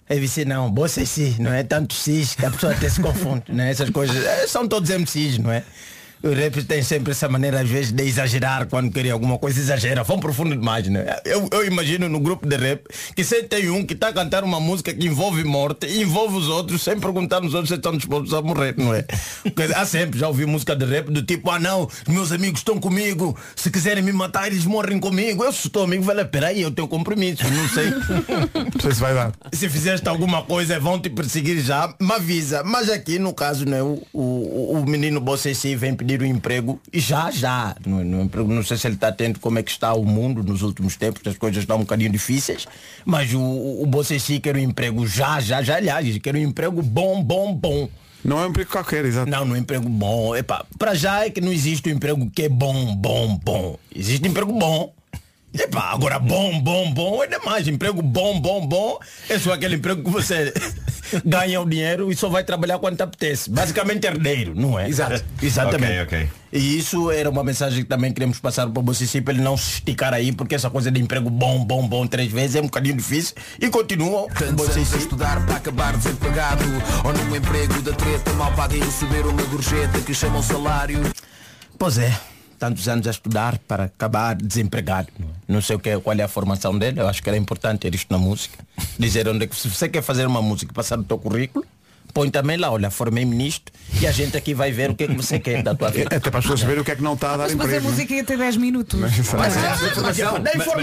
Q: É VC não, bolsa é si, não é? Tanto cis que a pessoa até se confunde, né? Essas coisas eh, são todos MCs, não é? O rap tem sempre essa maneira, às vezes, de exagerar quando querem alguma coisa, exagera, vão profundo demais, né? Eu, eu imagino no grupo de rap que sempre tem um que está a cantar uma música que envolve morte, envolve os outros, sem perguntar nos outros se estão dispostos a morrer, não é? Porque há sempre, já ouvi música de rap do tipo, ah não, meus amigos estão comigo, se quiserem me matar, eles morrem comigo. Eu se estou amigo, velho, peraí, eu tenho compromisso, não sei.
A: Não sei se vai dar.
Q: se fizeste alguma coisa vão te perseguir já, me avisa. Mas aqui no caso, né, o, o, o menino Bossessi vem pedir um emprego e já, já. No, no emprego, não sei se ele está atento como é que está o mundo nos últimos tempos, as coisas estão um bocadinho difíceis, mas o, o Bossessi quer um emprego já, já, já, aliás, quer um emprego bom, bom, bom.
A: Não é um emprego qualquer, exato.
Q: Não, não é um emprego bom. Epá, para já é que não existe um emprego que é bom, bom, bom. Existe um emprego bom. Epá, agora bom, bom, bom é demais. Emprego bom, bom, bom é só aquele emprego que você [laughs] ganha o dinheiro e só vai trabalhar quando te apetece. Basicamente herdeiro, não é? Exato. Exatamente.
O: [laughs] Ok, ok.
Q: E isso era uma mensagem que também queremos passar para o Bossissi para ele não se esticar aí, porque essa coisa de emprego bom, bom, bom três vezes é um bocadinho difícil. E continua.
N: Tantos anos a estudar para acabar desempregado Ou num emprego da treta mal paga e receber uma gorjeta que chamam salário
Q: Pois é, tantos anos a estudar para acabar desempregado. Não sei o que, é- qual é a formação dele, eu acho que era importante ter isto
A: [laughs]
Q: na música. Dizer onde é que se você quer fazer uma música e passar no teu currículo, põe também lá, olha, formei-me nisto e a gente aqui vai ver o que é que você quer
A: [laughs]
Q: da tua vida.
A: Até para as pessoas saberem o que é que não está a dar
C: Mas, mas a
A: emprego.
C: música ia ter 10 minutos.
Q: Mas é, mas é, mas é, dá informação.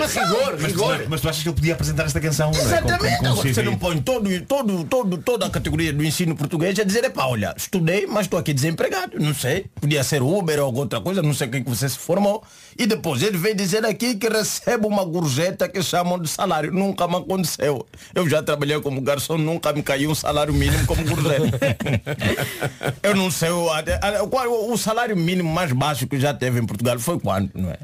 O: mas,
Q: rigor.
O: Mas, tu achas que ele podia apresentar esta canção? não é? Como-
Q: Exatamente,
O: como- como
Q: agora você
O: CV.
Q: não põe todo, todo, todo, toda a categoria do ensino português a dizer, epá, olha, estudei, mas estou aqui desempregado, não sei, podia ser Uber ou alguma outra coisa, não sei o que que você se formou. E depois ele vem dizer aqui que recebe uma gorjeta que chamam de salário, nunca me aconteceu. Eu já trabalhei como garçom, nunca me caiu um salário mínimo como gorjeta. [laughs] Eu não sei, o, até- a- qual, o salário mínimo mais baixo que já teve em Portugal foi quanto, não é?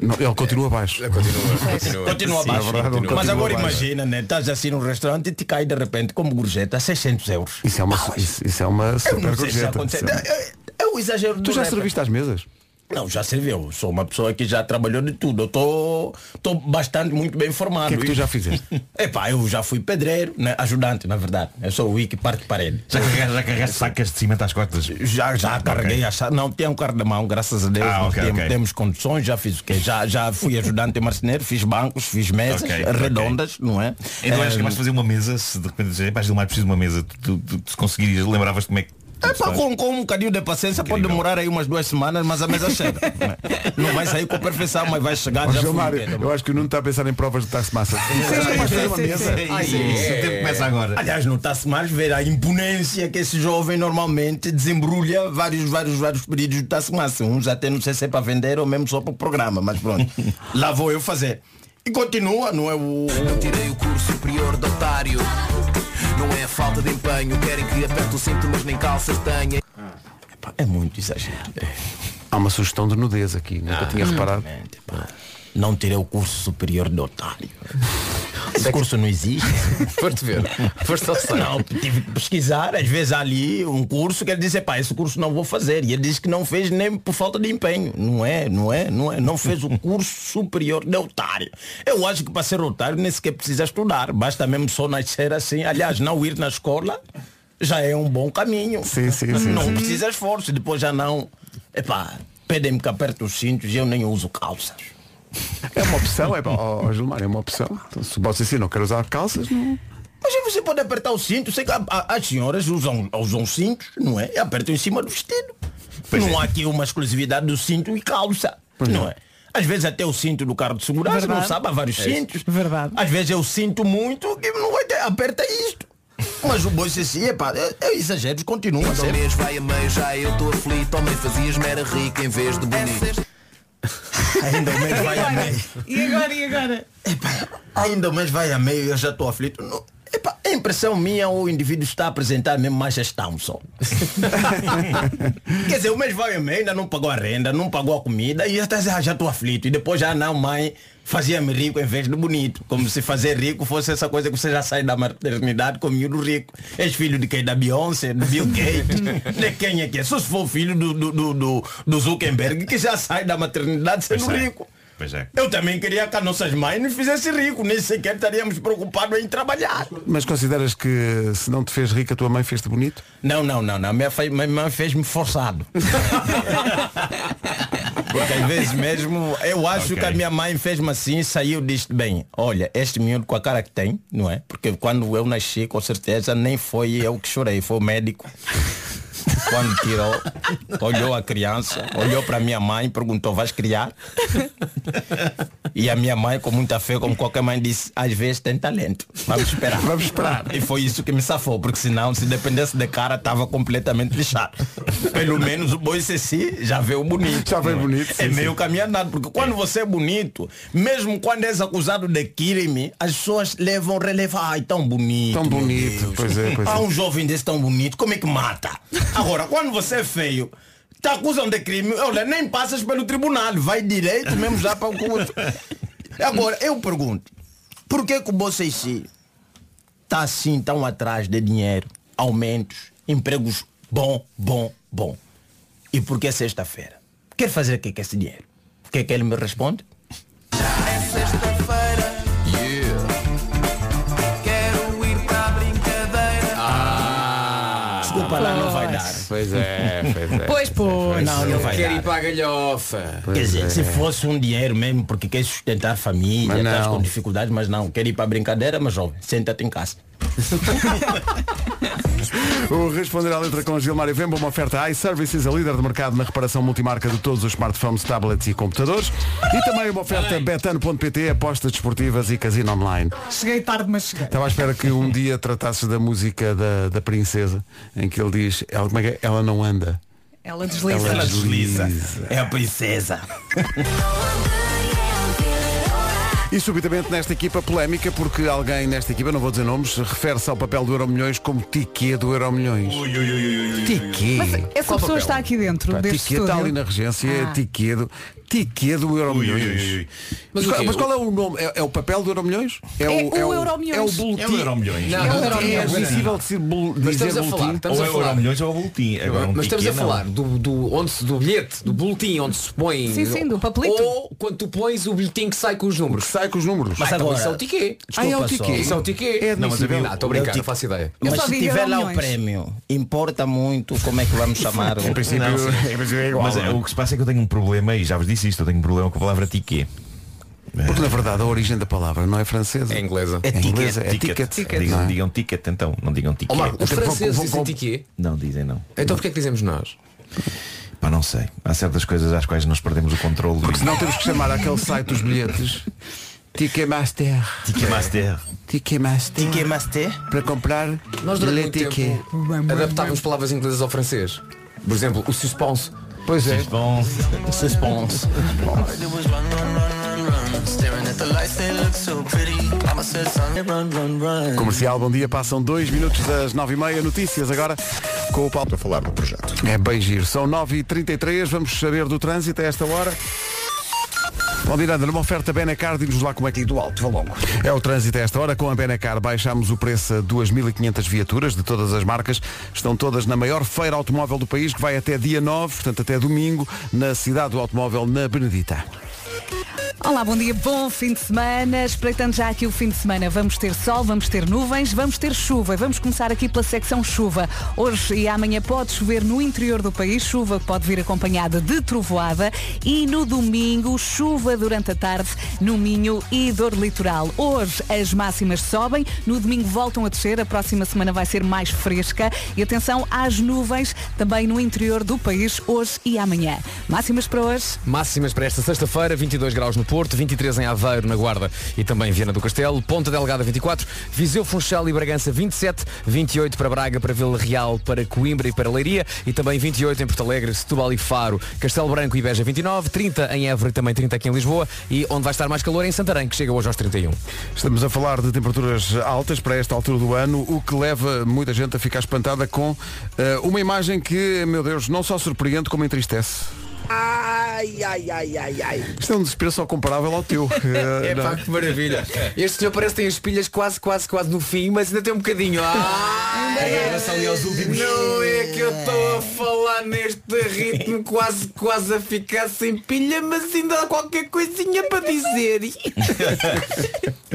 A: Não, ele continua abaixo.
Q: Continua, continua
A: Sim,
Q: abaixo.
A: é verdade, ele
Q: Mas
A: continua
Q: agora
A: abaixo.
Q: imagina, né? Estás assim num restaurante e te cai de repente como gorjeta 600 euros.
A: Isso é uma, isso, isso é uma
Q: Eu
A: super
Q: não sei se
A: gorjeta.
Q: acontece.
A: Isso é-
Q: É o exagero do
A: Tu já
Q: rapper.
A: serviste às mesas?
Q: Não, já servi. Eu sou uma pessoa que já trabalhou de tudo. Eu tô, tô bastante muito bem
A: O
Q: formado.
A: que é que tu já fizeste?
Q: [laughs] Epá, eu já fui pedreiro, né? ajudante, na verdade. Eu sou o Wiki parte de parede.
O: Já carregaste, já carregaste sacas de cimento às costas?
Q: Já, já carreguei a chave. Não, tinha um carro de mão, graças a Deus.
O: Ah,
Q: nós
O: ok,
Q: temos,
O: ok.
Q: temos condições, já fiz o quê? Já, já fui ajudante de marceneiro, fiz bancos, fiz mesas
O: Ok, ok.
Q: redondas, não é?
O: Então eras
Q: Eh,
O: capaz de fazer uma mesa, se de repente dizes, pá, Gilmar, preciso de uma mesa, tu, tu, tu, se conseguirias, lembravas como é que.
Q: É pá, com, com um bocadinho de paciência pode demorar aí umas duas semanas, mas a mesa [laughs] chega. né? Não vai sair com perfeição, mas vai chegar
A: Ó,
Q: já
A: Gilmar,
Q: fui, né?
A: eu acho que o Nuno está a pensar em provas de taxe-massa. Serás capaz de fazer uma mesa?
Q: É. Aliás, não está-se mais ver a imponência que esse jovem normalmente desembrulha vários, vários, vários pedidos do Tassimassa. Uns até não sei se é para vender ou mesmo só para o programa, mas [laughs] pronto. Lá vou eu fazer. E continua, não é o.
N: Não tirei o curso superior de otário Não é falta de empenho Querem que aperte o cinto mas nem calças tenha
Q: É muito exagero.
A: Há uma sugestão de nudez aqui, nunca
Q: Ah,
A: tinha reparado.
Q: realmente, pá. Não tirei o curso superior
A: [laughs]
Q: de otário. Esse curso não existe.
D: Foste ver. Foste ao site.
Q: Não, tive que pesquisar. Às vezes há ali um curso que ele disse, pá, esse curso não vou fazer. E ele disse que não fez nem por falta de empenho. Não é, não é, não é. Não fez o curso superior de otário. Eu acho que para ser otário nem sequer precisa estudar. Basta mesmo só nascer assim. Aliás, não ir na escola. já é um bom caminho.
A: Sim, sim,
J: Hum. é
A: sim,
Q: não
A: sim.
Q: precisa esforço, depois já não. Epá, pedem-me que aperte os cintos e eu nem uso calças.
A: É uma opção, é, ó, ó, Gilmar, é uma opção. Então, se você assim não quer usar calças, não.
Q: Mas aí você pode apertar o cinto, sei que a- a- as senhoras usam, usam cintos, não é? E apertam em cima do vestido. não
A: é.
Q: há aqui uma exclusividade do cinto e calça, não é? Às vezes até o cinto do carro de segurança
C: Verdade.
Q: não sabe, há vários
C: É isso.
Q: cintos. Verdade. Às vezes eu sinto muito e não vai ter, aperta isto. Mas o boi Ceci, é pá, é, é exagero, continua.
N: Mas ao
Q: sempre.
N: mês vai a mãe, já eu estou aflito Homem fazias-me era rico em vez de bonito
Q: Ainda o mês então,
C: [laughs]
Q: vai a meio.
N: E agora, e agora?
Q: Ainda o mês vai a meio e eu já estou aflito. Não, epá, é impressão minha ou o indivíduo está a apresentar mesmo mais
N: [laughs]
Q: gestão só. Quer dizer, o mês vai a meio, ainda não pagou a renda, não pagou a comida e já está a dizer, ah, já estou aflito. E depois já não, mãe, fazia-me rico em vez de bonito. Como se fazer rico fosse essa coisa que você já sai da maternidade com miúdo rico. És filho de quem? Da Beyoncé, do Bill Gates, de quem é que é? Só se for filho do, do, do, do- do Zuckerberg que já sai da maternidade sendo
O: Pois é.
Q: rico.
O: Pois é.
Q: Eu também queria que as nossas mães nos fizessem rico, nem sequer estaríamos preocupados em trabalhar.
A: Mas consideras que se não te fez rica, a tua mãe fez-te bonito?
Q: Não, não, não, não. Minha, fe- minha mãe fez-me forçado. Porque às vezes mesmo, eu acho
N: Ok.
Q: que a minha mãe fez-me assim, saiu e disse, bem, olha, este miúdo com a cara que tem, não é? Porque quando eu nasci, com certeza, nem foi eu que chorei, foi o médico. Quando tirou, olhou a criança, olhou para minha mãe, perguntou, vais criar? E a minha mãe, com muita fé, como qualquer mãe, disse, às vezes tem talento. Vamos esperar. Vamos esperar. E foi isso que me safou, porque senão, se dependesse de cara, estava completamente lixado. Pelo menos o boi Ceci já veio bonito. Já veio bonito. É meio caminho andado, porque quando você é bonito, mesmo quando és acusado de crime, as pessoas levam relevar. Ai, tão bonito. Tão bonito,
A: pois é, pois é.
Q: ah, um jovem desse tão bonito, como é que mata? Agora, quando você é feio, te acusam de crime, olha, nem passas pelo tribunal, vai direito mesmo já para o culto. Agora, eu pergunto, por que que o Bocessi está assim tão atrás de dinheiro, aumentos, empregos bom, bom, bom? E por que sexta-feira? Quer fazer o que com esse dinheiro? O que é que ele me responde?
N: Quero ir para a brincadeira Ah.
Q: Desculpa lá, não vai dar.
R: Pois é, pois é.
N: Pois,
R: pois.
Q: Não, não vai
R: Quer
Q: dar.
R: ir para a galhofa.
Q: Quer dizer,
A: é.
Q: se fosse um dinheiro mesmo, porque quer sustentar a família,
R: Mas
Q: estás
R: não.
Q: com dificuldades, mas não, quer ir para a brincadeira, mas jovem, senta-te em casa.
A: O Responder à Letra com Gilmário Vemba, uma oferta a iServices, a líder de mercado na reparação multimarca de todos os smartphones, tablets e computadores. E também uma oferta betano.pt, apostas desportivas e casino online.
S: Cheguei tarde, mas cheguei.
A: Estava à espera que um dia tratasses da música da, da princesa, em que ele diz, ela, como é que é? Ela não anda.
C: Ela desliza.
A: Ela desliza.
Q: É a princesa.
A: E subitamente nesta equipa polémica, porque alguém nesta equipa, não vou dizer nomes, refere-se ao papel do Euromilhões como tiquê do Euromilhões. Tiquê.
C: Mas essa
A: Qual
C: pessoa
A: papel?
C: está aqui dentro
A: Pá,
C: deste
A: tiquê está
C: estúdio.
A: ali na regência,
C: Ah.
A: é tiquê do, tiquê do Euromilhões.
O: Ui, ui, ui, ui.
A: Mas,
O: Mas o
A: qual,
O: quê?
A: mas qual é o nome? É, é o papel do Euromilhões?
C: É o
A: É
C: Euromilhões.
A: o boletim.
O: É o Euromilhões.
A: Não,
O: É o
A: é
O: Euromilhões.
A: admissível de ser bol-
O: Mas
A: dizer
O: estamos a falar,
A: boletim?
O: estamos a falar. milhões ou boletim. Agora, um
R: Mas estamos a
O: tiquê, não.
R: falar do, do, onde se- do bilhete, do boletim onde se põe.
C: Sim, sim, do papelito.
R: Ou quando tu pões o boletim que sai com os números.
A: sai com os números.
R: Mas
C: Mas
R: agora,
C: agora-
R: isso é o tiquê.
Q: Desculpa
R: Ah, é o
Q: só.
R: tiquê. Isso é o tiquê.
Q: É
R: não, mas a
Q: admissível.
R: vida- estou a
Q: É o
R: brincar,
Q: ti-
R: não faço ideia.
C: Eu
Q: Mas
C: só
Q: se
C: digo
Q: tiver lá o
C: Euromilhões.
Q: prémio, importa muito como é
A: [laughs]
Q: que vamos chamar o
O: Não, sim. Mas é, o que se passa é que eu tenho um problema, e já vos disse isto, eu tenho um problema com a palavra tiquê.
A: Porque na verdade a origem da palavra não é francesa. É
R: inglesa.
A: É, inglesa, é
O: ticket.
A: ticket.
O: Digam,
A: não é?
O: digam ticket então, não digam tiquê.
R: Ó, Marco, os
O: Até porque
R: franceses
O: vão-
R: dizem
O: vão-
R: tiquê.
O: Não dizem não.
R: Então porquê é que dizemos nós?
O: Pá, não sei. Há certas coisas às quais nós perdemos o controle.
A: Porque senão temos que chamar aquele site dos bilhetes Ticketmaster.
O: Ticketmaster.
A: Ticketmaster.
Q: Ticketmaster.
A: Para comprar
R: Nós durante
A: bilhete
R: muito
A: ticket.
R: tempo adaptávamos palavras inglesas ao francês. Por exemplo, o suspense.
A: Pois é.
O: Suspense.
Q: Suspense.
A: Comercial, bom dia. Passam dois minutos das nove e meia. Notícias agora com o Paulo. Para falar do projeto. É bem giro. São 9h33. Vamos saber do trânsito a esta hora. Bom, Miranda, numa oferta Benacar, diz-nos lá como é que... do alto, valongo. É o trânsito a esta hora. Com a Benacar baixámos o preço a 2.500 viaturas de todas as marcas. Estão todas na maior feira automóvel do país, que vai até dia 9, portanto até domingo, na cidade do automóvel, na Benedita.
C: Olá, bom dia, bom fim de semana. Espreitando já aqui o fim de semana, vamos ter sol, vamos ter nuvens, vamos ter chuva. E Vamos começar aqui pela secção chuva. Hoje e amanhã pode chover no interior do país, chuva que pode vir acompanhada de trovoada. E no domingo, chuva durante a tarde no Minho e Dor Litoral. Hoje as máximas sobem, no domingo voltam a descer, a próxima semana vai ser mais fresca. E atenção às nuvens também no interior do país, hoje e amanhã. Máximas para hoje.
R: Máximas para esta sexta-feira, 22 graus no Porto, 23 em Aveiro, na Guarda e também em Viana do Castelo, Ponta Delgada 24, Viseu, Funchal e Bragança 27, 28 para Braga, para Vila Real, para Coimbra e para Leiria e também 28 em Porto Alegre, Setúbal e Faro, Castelo Branco e Beja 29, 30 em Évora e também 30 aqui em Lisboa e onde vai estar mais calor é em Santarém, que chega hoje aos 31.
A: Estamos a falar de temperaturas altas para esta altura do ano, o que leva muita gente a ficar espantada com eh, uma imagem que, meu Deus, não só surpreende como entristece.
N: Ai, ai, ai, ai, ai.
A: Isto é um desespero só comparável ao
D: [laughs]
A: teu. Eh,
D: É
A: não
D: pá, que maravilha. Este senhor parece que tem as pilhas quase, quase, quase no fim, mas ainda tem um bocadinho. Ah, Não é que eu estou a falar neste ritmo, quase, quase a ficar sem pilha, mas ainda há qualquer coisinha para dizer.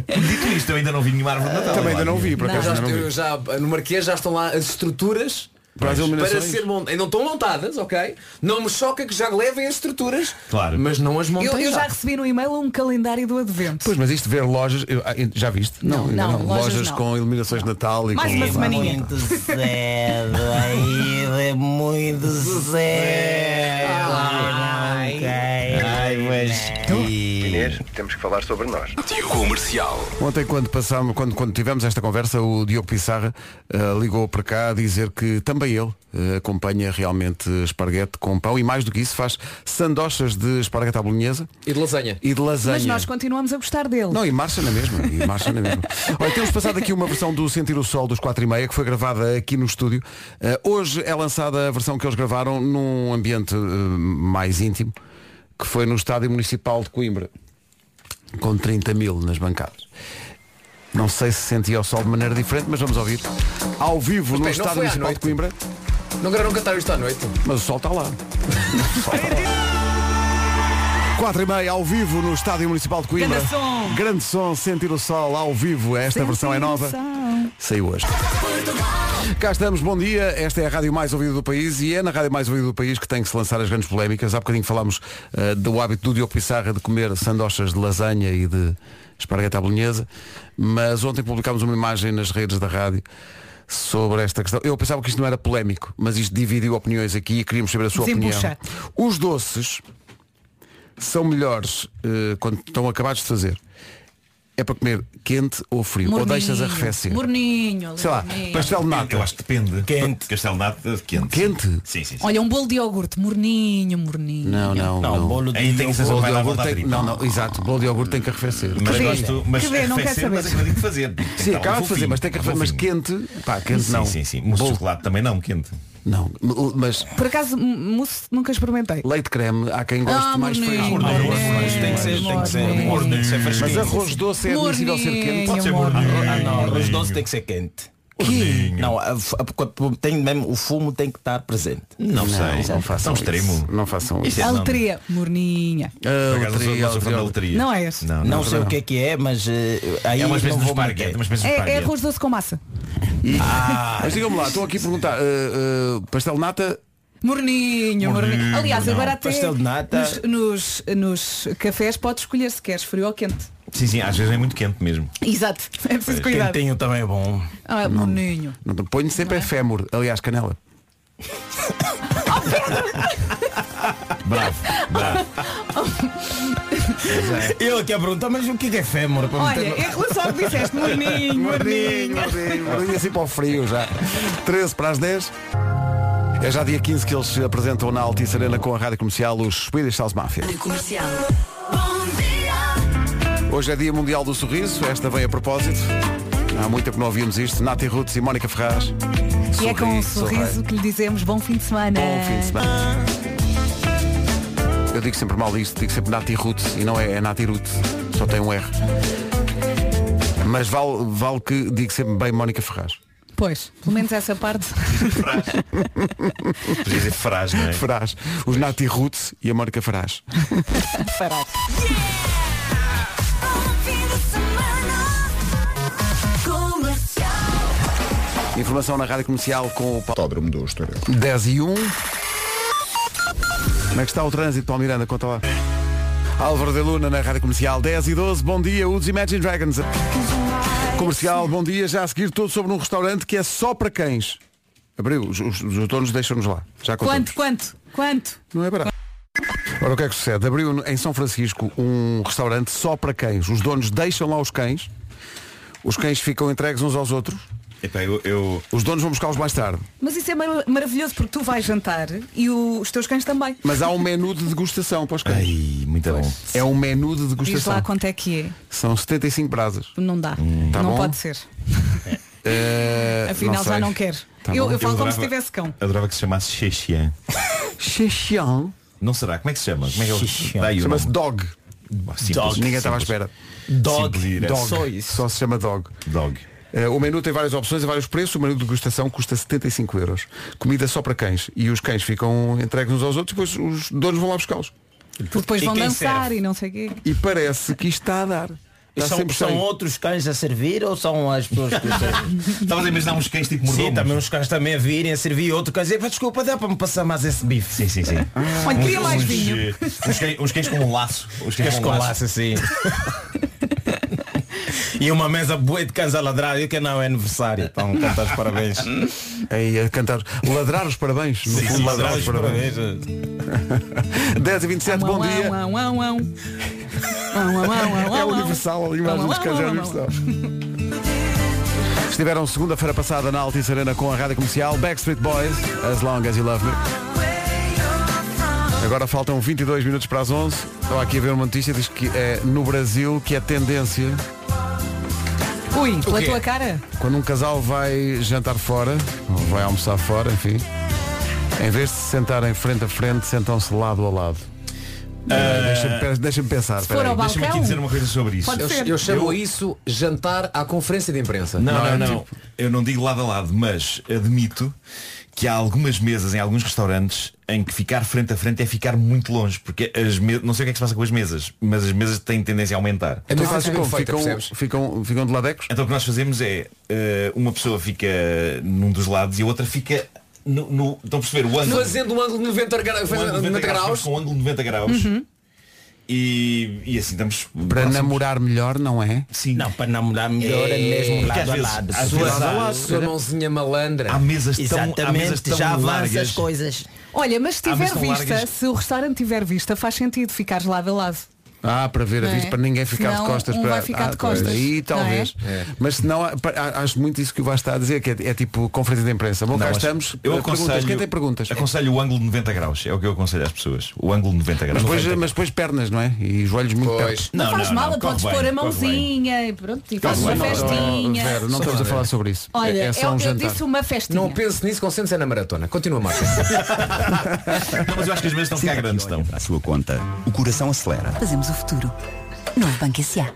O: Dito isto, eu ainda não vi nenhuma árvore de Natal.
A: Também ainda
O: Lá,
A: não vi, por
D: Não, já, eu já- no Marquês já estão lá as estruturas.
A: Para as iluminações.
D: ser montadas. Não estão montadas, ok? Não me choca que já levem as estruturas,
O: Claro.
D: mas não as montem
C: Eu, eu já recebi no e-mail um calendário do advento.
A: Pois, mas isto ver lojas, eu- ah, já viste? Não, ainda
C: não, lojas não.
A: com iluminações de Natal e
C: Mais
A: com
C: uma semaninha.
A: Pá,
Q: Muito cedo, aí é muito cedo. Ai,
E: Ai, mas. Inês, temos que falar sobre nós. Comercial.
A: Ontem quando passámos, quando, quando tivemos esta conversa, o Diogo Pissarra ah, ligou para cá a dizer que também ele ah, acompanha realmente esparguete com pão e mais do que isso faz sandochas de esparguete à bolonhesa
D: E de lasanha.
A: e de lasanha.
C: Mas nós continuamos a gostar dele.
A: Não, e marcha na mesma, e marcha na mesma. Olha, temos passado aqui uma versão do Sentir o Sol dos 4 e meia, que foi gravada aqui no estúdio. Eh, hoje é lançada a versão que eles gravaram num ambiente eh, mais íntimo, que foi no Estádio Municipal de Coimbra, com 30 mil nas bancadas. Não sei se sentia o sol de maneira diferente, mas vamos ouvir. Ao vivo no
D: bem, não
A: Estádio
D: foi à
A: Municipal de
D: noite.
A: Coimbra,
D: Não quero cantar isto à noite.
A: mas o sol está lá. 4 e meia ao vivo no Estádio Municipal de Coimbra.
N: Grande som.
A: Grande som, sentir o sol ao vivo. Esta versão é nova. Saiu hoje. Cá estamos, bom dia. Esta é a rádio mais ouvida do país e é na rádio mais ouvida do país que tem que se lançar as grandes polémicas. Há bocadinho falámos eh, do hábito do Diogo Pissarra de comer sandochas de lasanha e de espargueta à bolonhesa, mas ontem publicámos uma imagem nas redes da rádio sobre esta questão. Eu pensava que isto não era polémico, mas isto dividiu opiniões aqui e queríamos saber a sua
C: Desembucha.
A: opinião. Os doces são melhores eh, quando estão acabados de fazer. É para comer quente ou frio, ou deixas arrefecer.
C: Morninho.
A: Sei lá,
C: morninho.
A: pastel de nata.
O: Eu acho que depende. Quente. Castelo de Nata, quente.
A: Quente?
O: Sim, sim. sim.
C: Olha, um bolo de iogurte, morninho, morninho.
A: Não, não, não.
O: Aí tem que ser só
A: Bolo
O: vai
A: de
O: dar
A: iogurte
O: volta à
A: tem-
O: tripa.
A: Não, não, exato. Bolo de iogurte tem que arrefecer.
O: tipo. Mas
A: Sim.
O: gosto, mas
C: Que ver, não quer
O: arrefecer,
C: saber.
O: mas acredito fazer. Tem que
A: Sim,
O: estar
A: acaba
O: um
A: de fazer,
O: fofinho,
A: mas tem que arrefecer.
O: um
A: Mas
O: fofinho.
A: quente, pá, quente
O: sim,
A: não.
O: Sim, sim, Mousse de
A: Bolo-
O: chocolate também não, quente.
A: Não, mas
C: Por acaso, m- mousse nunca experimentei.
A: leite creme, há quem goste
C: Ah,
A: mais frio.
C: morninho. Morninho.
A: Morninho.
C: Tem que ser- tem que ser-
A: Morninho.
N: tem que ser
A: Mas
N: fresquinho.
A: arroz doce é admissível ser quente.
C: Pode ser
Q: Ah, não, arroz doce tem que ser quente. Não, a- a- quando tem mesmo, o fumo tem que estar presente.
O: Não sei.
A: não façam
O: São extremo.
A: isso. Não façam
Q: é
A: isso. é
C: Altria, morninha.
O: Por acaso, não sou- não sou fã da loteria.
C: Não é esse.
O: Não,
Q: Não
O: não.
Q: sei o que é que é, mas eh, aí
O: É umas
Q: não
O: vezes no
Q: vou
O: esparguete.
Q: meter.
O: umas vezes no
C: É, é
O: esparguete.
C: arroz doce com massa.
O: Ah.
A: [laughs] Mas digam-me lá, estou aqui a perguntar, eh, eh, pastel de nata,
C: Morninho, morninho. Aliás,
A: não.
C: agora até
A: Pastel de nata.
C: Nos, nos, nos cafés podes escolher se queres frio ou quente.
O: Sim, sim, às vezes é muito quente mesmo.
C: Exato. É preciso cuidar.
Q: Quentinho também é bom.
C: Ah, morninho.
A: não- ponho sempre é fémur, aliás, canela.
Q: [laughs]
O: Bravo, bravo.
Q: Eu aqui a perguntar, mas o que é que é fémur? Para
C: Olha,
Q: meter
C: em
Q: no-
C: relação ao que
O: [laughs]
C: disseste, morninho, morninho.
A: Morninho assim para o frio já. 13 para as 10. É já dia 15 que eles se apresentam na Altice Arena com a rádio comercial os Swedish House Mafia.
M: Comercial.
A: Hoje é dia mundial do sorriso, esta vem a propósito. Há muito que não ouvimos isto. Nati Roots e Mónica Ferraz.
C: E é com um
A: Sorri,
C: sorriso que lhe dizemos bom fim de semana.
A: Bom fim de semana. Eu digo sempre mal isto, digo sempre Nati Roots e não é, é Nati Roots, só tem um R. Mas vale, vale que digo sempre bem Mónica Ferraz.
C: Pois, pelo menos essa
A: [laughs]
C: parte.
O: [laughs] Podia dizer Ferraz, não é?
A: Ferraz. Os Nati Roots e a Mónica Ferraz.
C: Farás.
A: Informação na Rádio Comercial com o Autódromo do Estoril. 10 e 1. Como é que está o trânsito, Paulo Miranda? Conta lá. Álvaro de Luna na Rádio Comercial 10 e 12. Bom dia, os Imagine Dragons. Comercial, bom dia. Já a seguir tudo sobre um restaurante que é só para cães. Abriu, os, os, os donos deixam-nos lá. Já contamos.
C: Quanto, quanto, quanto?
A: Não é barato. Ora, o que é que sucede? Abriu em São Francisco um restaurante só para cães. Os donos deixam lá os cães, os cães ficam entregues uns aos outros.
O: Epá, eu, eu-
A: Os donos vão buscá-los mais tarde.
C: Mas isso é mar- maravilhoso porque tu vais jantar e o- os teus cães também.
A: Mas há um menu de degustação para os cães.
O: Ai, muito bom.
A: É um menu de
C: Diz lá
A: degustação.
C: quanto é que é.
A: São 75 brasas.
C: Não dá.
A: Tá
C: não
A: bom.
C: pode ser.
A: Eh,
C: Afinal já
O: sei.
C: não quer.
O: Tá
C: eu
O: bom.
C: eu falo como se
O: adorava-
C: tivesse cão.
O: Adorava que se chamasse
A: [laughs]
O: Xexian.
A: Xexian?
O: Não será? Como é que se chama? Como é que
A: Xexian.
O: ele... Dá aí o
A: Chama-se
O: nome.
A: Dog.
O: Ah, simples,
A: Dog. Ninguém
O: simples.
A: estava à espera.
O: Dog.
A: Dog.
O: Só
A: Só se chama Dog.
O: Dog.
A: Eh, o menu tem várias opções e vários preços. O menu de degustação custa 75 euros. Comida só para cães. E os cães ficam entregues uns aos outros e depois os donos vão lá buscá-los.
C: Depois vão dançar e não sei o quê.
A: E parece que isto está a dar.
Q: E
O: é um
A: Está
Q: São,
A: sempre
Q: são
A: cheio.
Q: outros cães a servir ou são as pessoas
O: [laughs]
Q: que servem?
O: Estavas a imaginar uns cães tipo mordomos?
Q: Sim, também uns cães também a virem a servir outro cães. Epá, desculpa, dá para me passar mais esse bife. Ah. Sim,
O: sim, sim.
C: Olha, queria
O: Uns-
C: mais
O: uns,
C: vinho.
O: eh, Uns cães, uns cães com um laço. Uns
Q: Cães com
O: [laughs]
Q: laço, sim. E uma mesa boa de cães a ladrar, e que não é aniversário. Então, cantar os parabéns.
A: Aí a cantar, ladrar os parabéns. No
Q: Sim,
A: fundo,
Q: sim,
A: ladrar
Q: ladrar
A: os
O: [laughs]
Q: os
A: parabéns. 10 e 27, [laughs] bom dia.
C: Uau, uau, uau. Uau, uau, uau, uau,
A: É
C: uau.
A: universal, a imagem dos cães é universal. Estiveram segunda-feira passada na Altice Arena com a rádio comercial Backstreet Boys, As Long As You Love Me. Agora faltam 22 minutos para as 11. Estava aqui a ver uma notícia, diz que é no Brasil que é tendência,
C: Ui, pela
A: quê?
C: tua cara?
A: quando um casal vai jantar fora, ou vai almoçar fora, enfim, em vez de se sentarem frente a frente, sentam-se lado a lado. Eh, deixa-me pe- Deixa-me pensar.
R: Se
A: espera
R: for
A: aí.
R: ao balcão, Deixa-me aqui dizer
O: uma coisa sobre
A: Pode
R: Eu,
A: ser.
R: eu chamo
A: Eu-
R: isso jantar à conferência de imprensa.
O: Não, não,
R: é
O: não.
R: tipo-
O: Eu não digo lado a lado, mas admito que há algumas mesas em alguns restaurantes em que ficar frente a frente é ficar muito longe, porque as mesas, não sei o que é que se passa com as mesas, mas as mesas têm tendência a aumentar.
A: Então fazes como?
R: é
A: Ficam- ficam, ficam de ladecos?
O: Então o que nós fazemos é eh, uma pessoa fica eh, num dos lados e a outra fica no, no estão a perceber o ângulo.
R: Fazendo um ângulo de 90 graus.
O: Um ângulo de 90 graus, mas com um ângulo de 90
D: Uhum.
O: graus.
A: Uhum.
O: E, e assim estamos
A: Para
O: próximos.
A: namorar melhor, não é?
O: Sim.
Q: Não, para namorar melhor é, mesmo lado a lado.
R: Sua mãozinha malandra.
O: Há mesas tão- há
Q: Exatamente,
O: mesas tão
Q: já avança
O: largas.
Q: as coisas.
C: Olha, mas se
O: Ah, mas
C: tiver
O: são
C: vista,
O: largas.
C: se o restaurante tiver vista, faz sentido ficares lado a lado.
A: Ah, para ver a
C: Não é?
A: vista, para ninguém ficar
C: Senão,
A: de costas.
C: um
A: para...
C: vai ficar
A: Ah,
C: de costas,
A: pois, Aí
C: não
A: talvez.
O: é? É.
A: Mas se não, há- pa- há- acho muito isso que o Vasco está a dizer, que é, é tipo conferência de imprensa. Bom, cá
O: mas
A: estamos.
O: Eu
A: Eh, perguntas.
O: aconselho,
A: Quem tem perguntas?
O: aconselho o ângulo de 90 graus. É o que eu aconselho às pessoas. O ângulo de 90 graus.
A: Mas depois, mas depois pernas, não é? E joelhos muito perto.
C: Não, faz mal,
O: não, corre
C: podes
O: bem,
C: pôr a
O: corre
C: mãozinha e pronto, e fazes uma
A: Não, não,
C: festinha.
A: Vera, não estamos a falar sobre isso.
C: Olha,
A: é, é só um
C: eu, eu
A: jantar.
C: disse uma festinha.
R: Não pense nisso, concentre-se é na maratona. Continua, Marco.
O: [laughs] Não, mas eu acho que as mesas estão cá grandes estão.
S: À sua conta, o coração acelera.
M: Fazemos o futuro. Não é Banco S.A.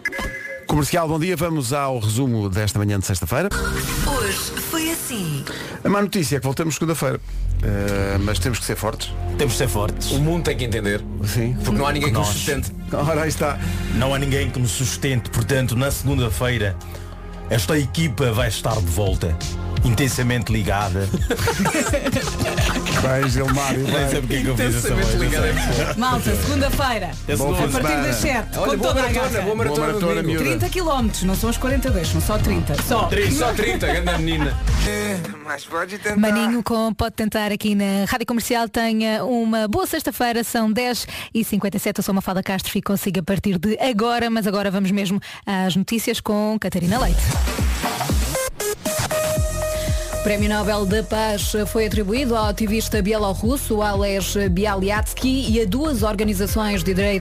A: Comercial, bom dia. Vamos ao resumo desta manhã de sexta-feira.
M: Hoje foi assim.
A: A má notícia é que voltamos segunda-feira. Eh, mas temos que ser fortes.
Q: Temos de ser fortes.
R: O mundo tem que entender.
A: Sim.
R: Porque não há ninguém que nos sustente.
A: Ora, aí está.
Q: Não há ninguém que nos sustente. Portanto, na segunda-feira, esta equipa vai estar de volta. Intensamente ligada.
A: [laughs] Vai, Gilmário.
Q: Nem sei porque é que eu fiz essa
R: Intensamente
Q: voz, não sei.
C: Malta, segunda-feira.
Q: É segunda.
C: A partir das 7.
R: Olha, boa
C: com toda a
R: maratona,
C: garra.
R: boa maratona Boa maratona, domingo. miúda.
C: 30 km, não são os 42, são só 30. Só.
R: Só 30, grande menina.
S: Mas pode tentar.
M: Maninho com Pode Tentar aqui na Rádio Comercial. Tenha uma boa sexta-feira, são 10 e 57 Eu sou Mafalda Castro e consigo a partir de agora, mas agora vamos mesmo às notícias com Catarina Leite. O Prémio Nobel da Paz foi atribuído ao ativista bielorrusso Ales Bialyatsky e a duas organizações de direitos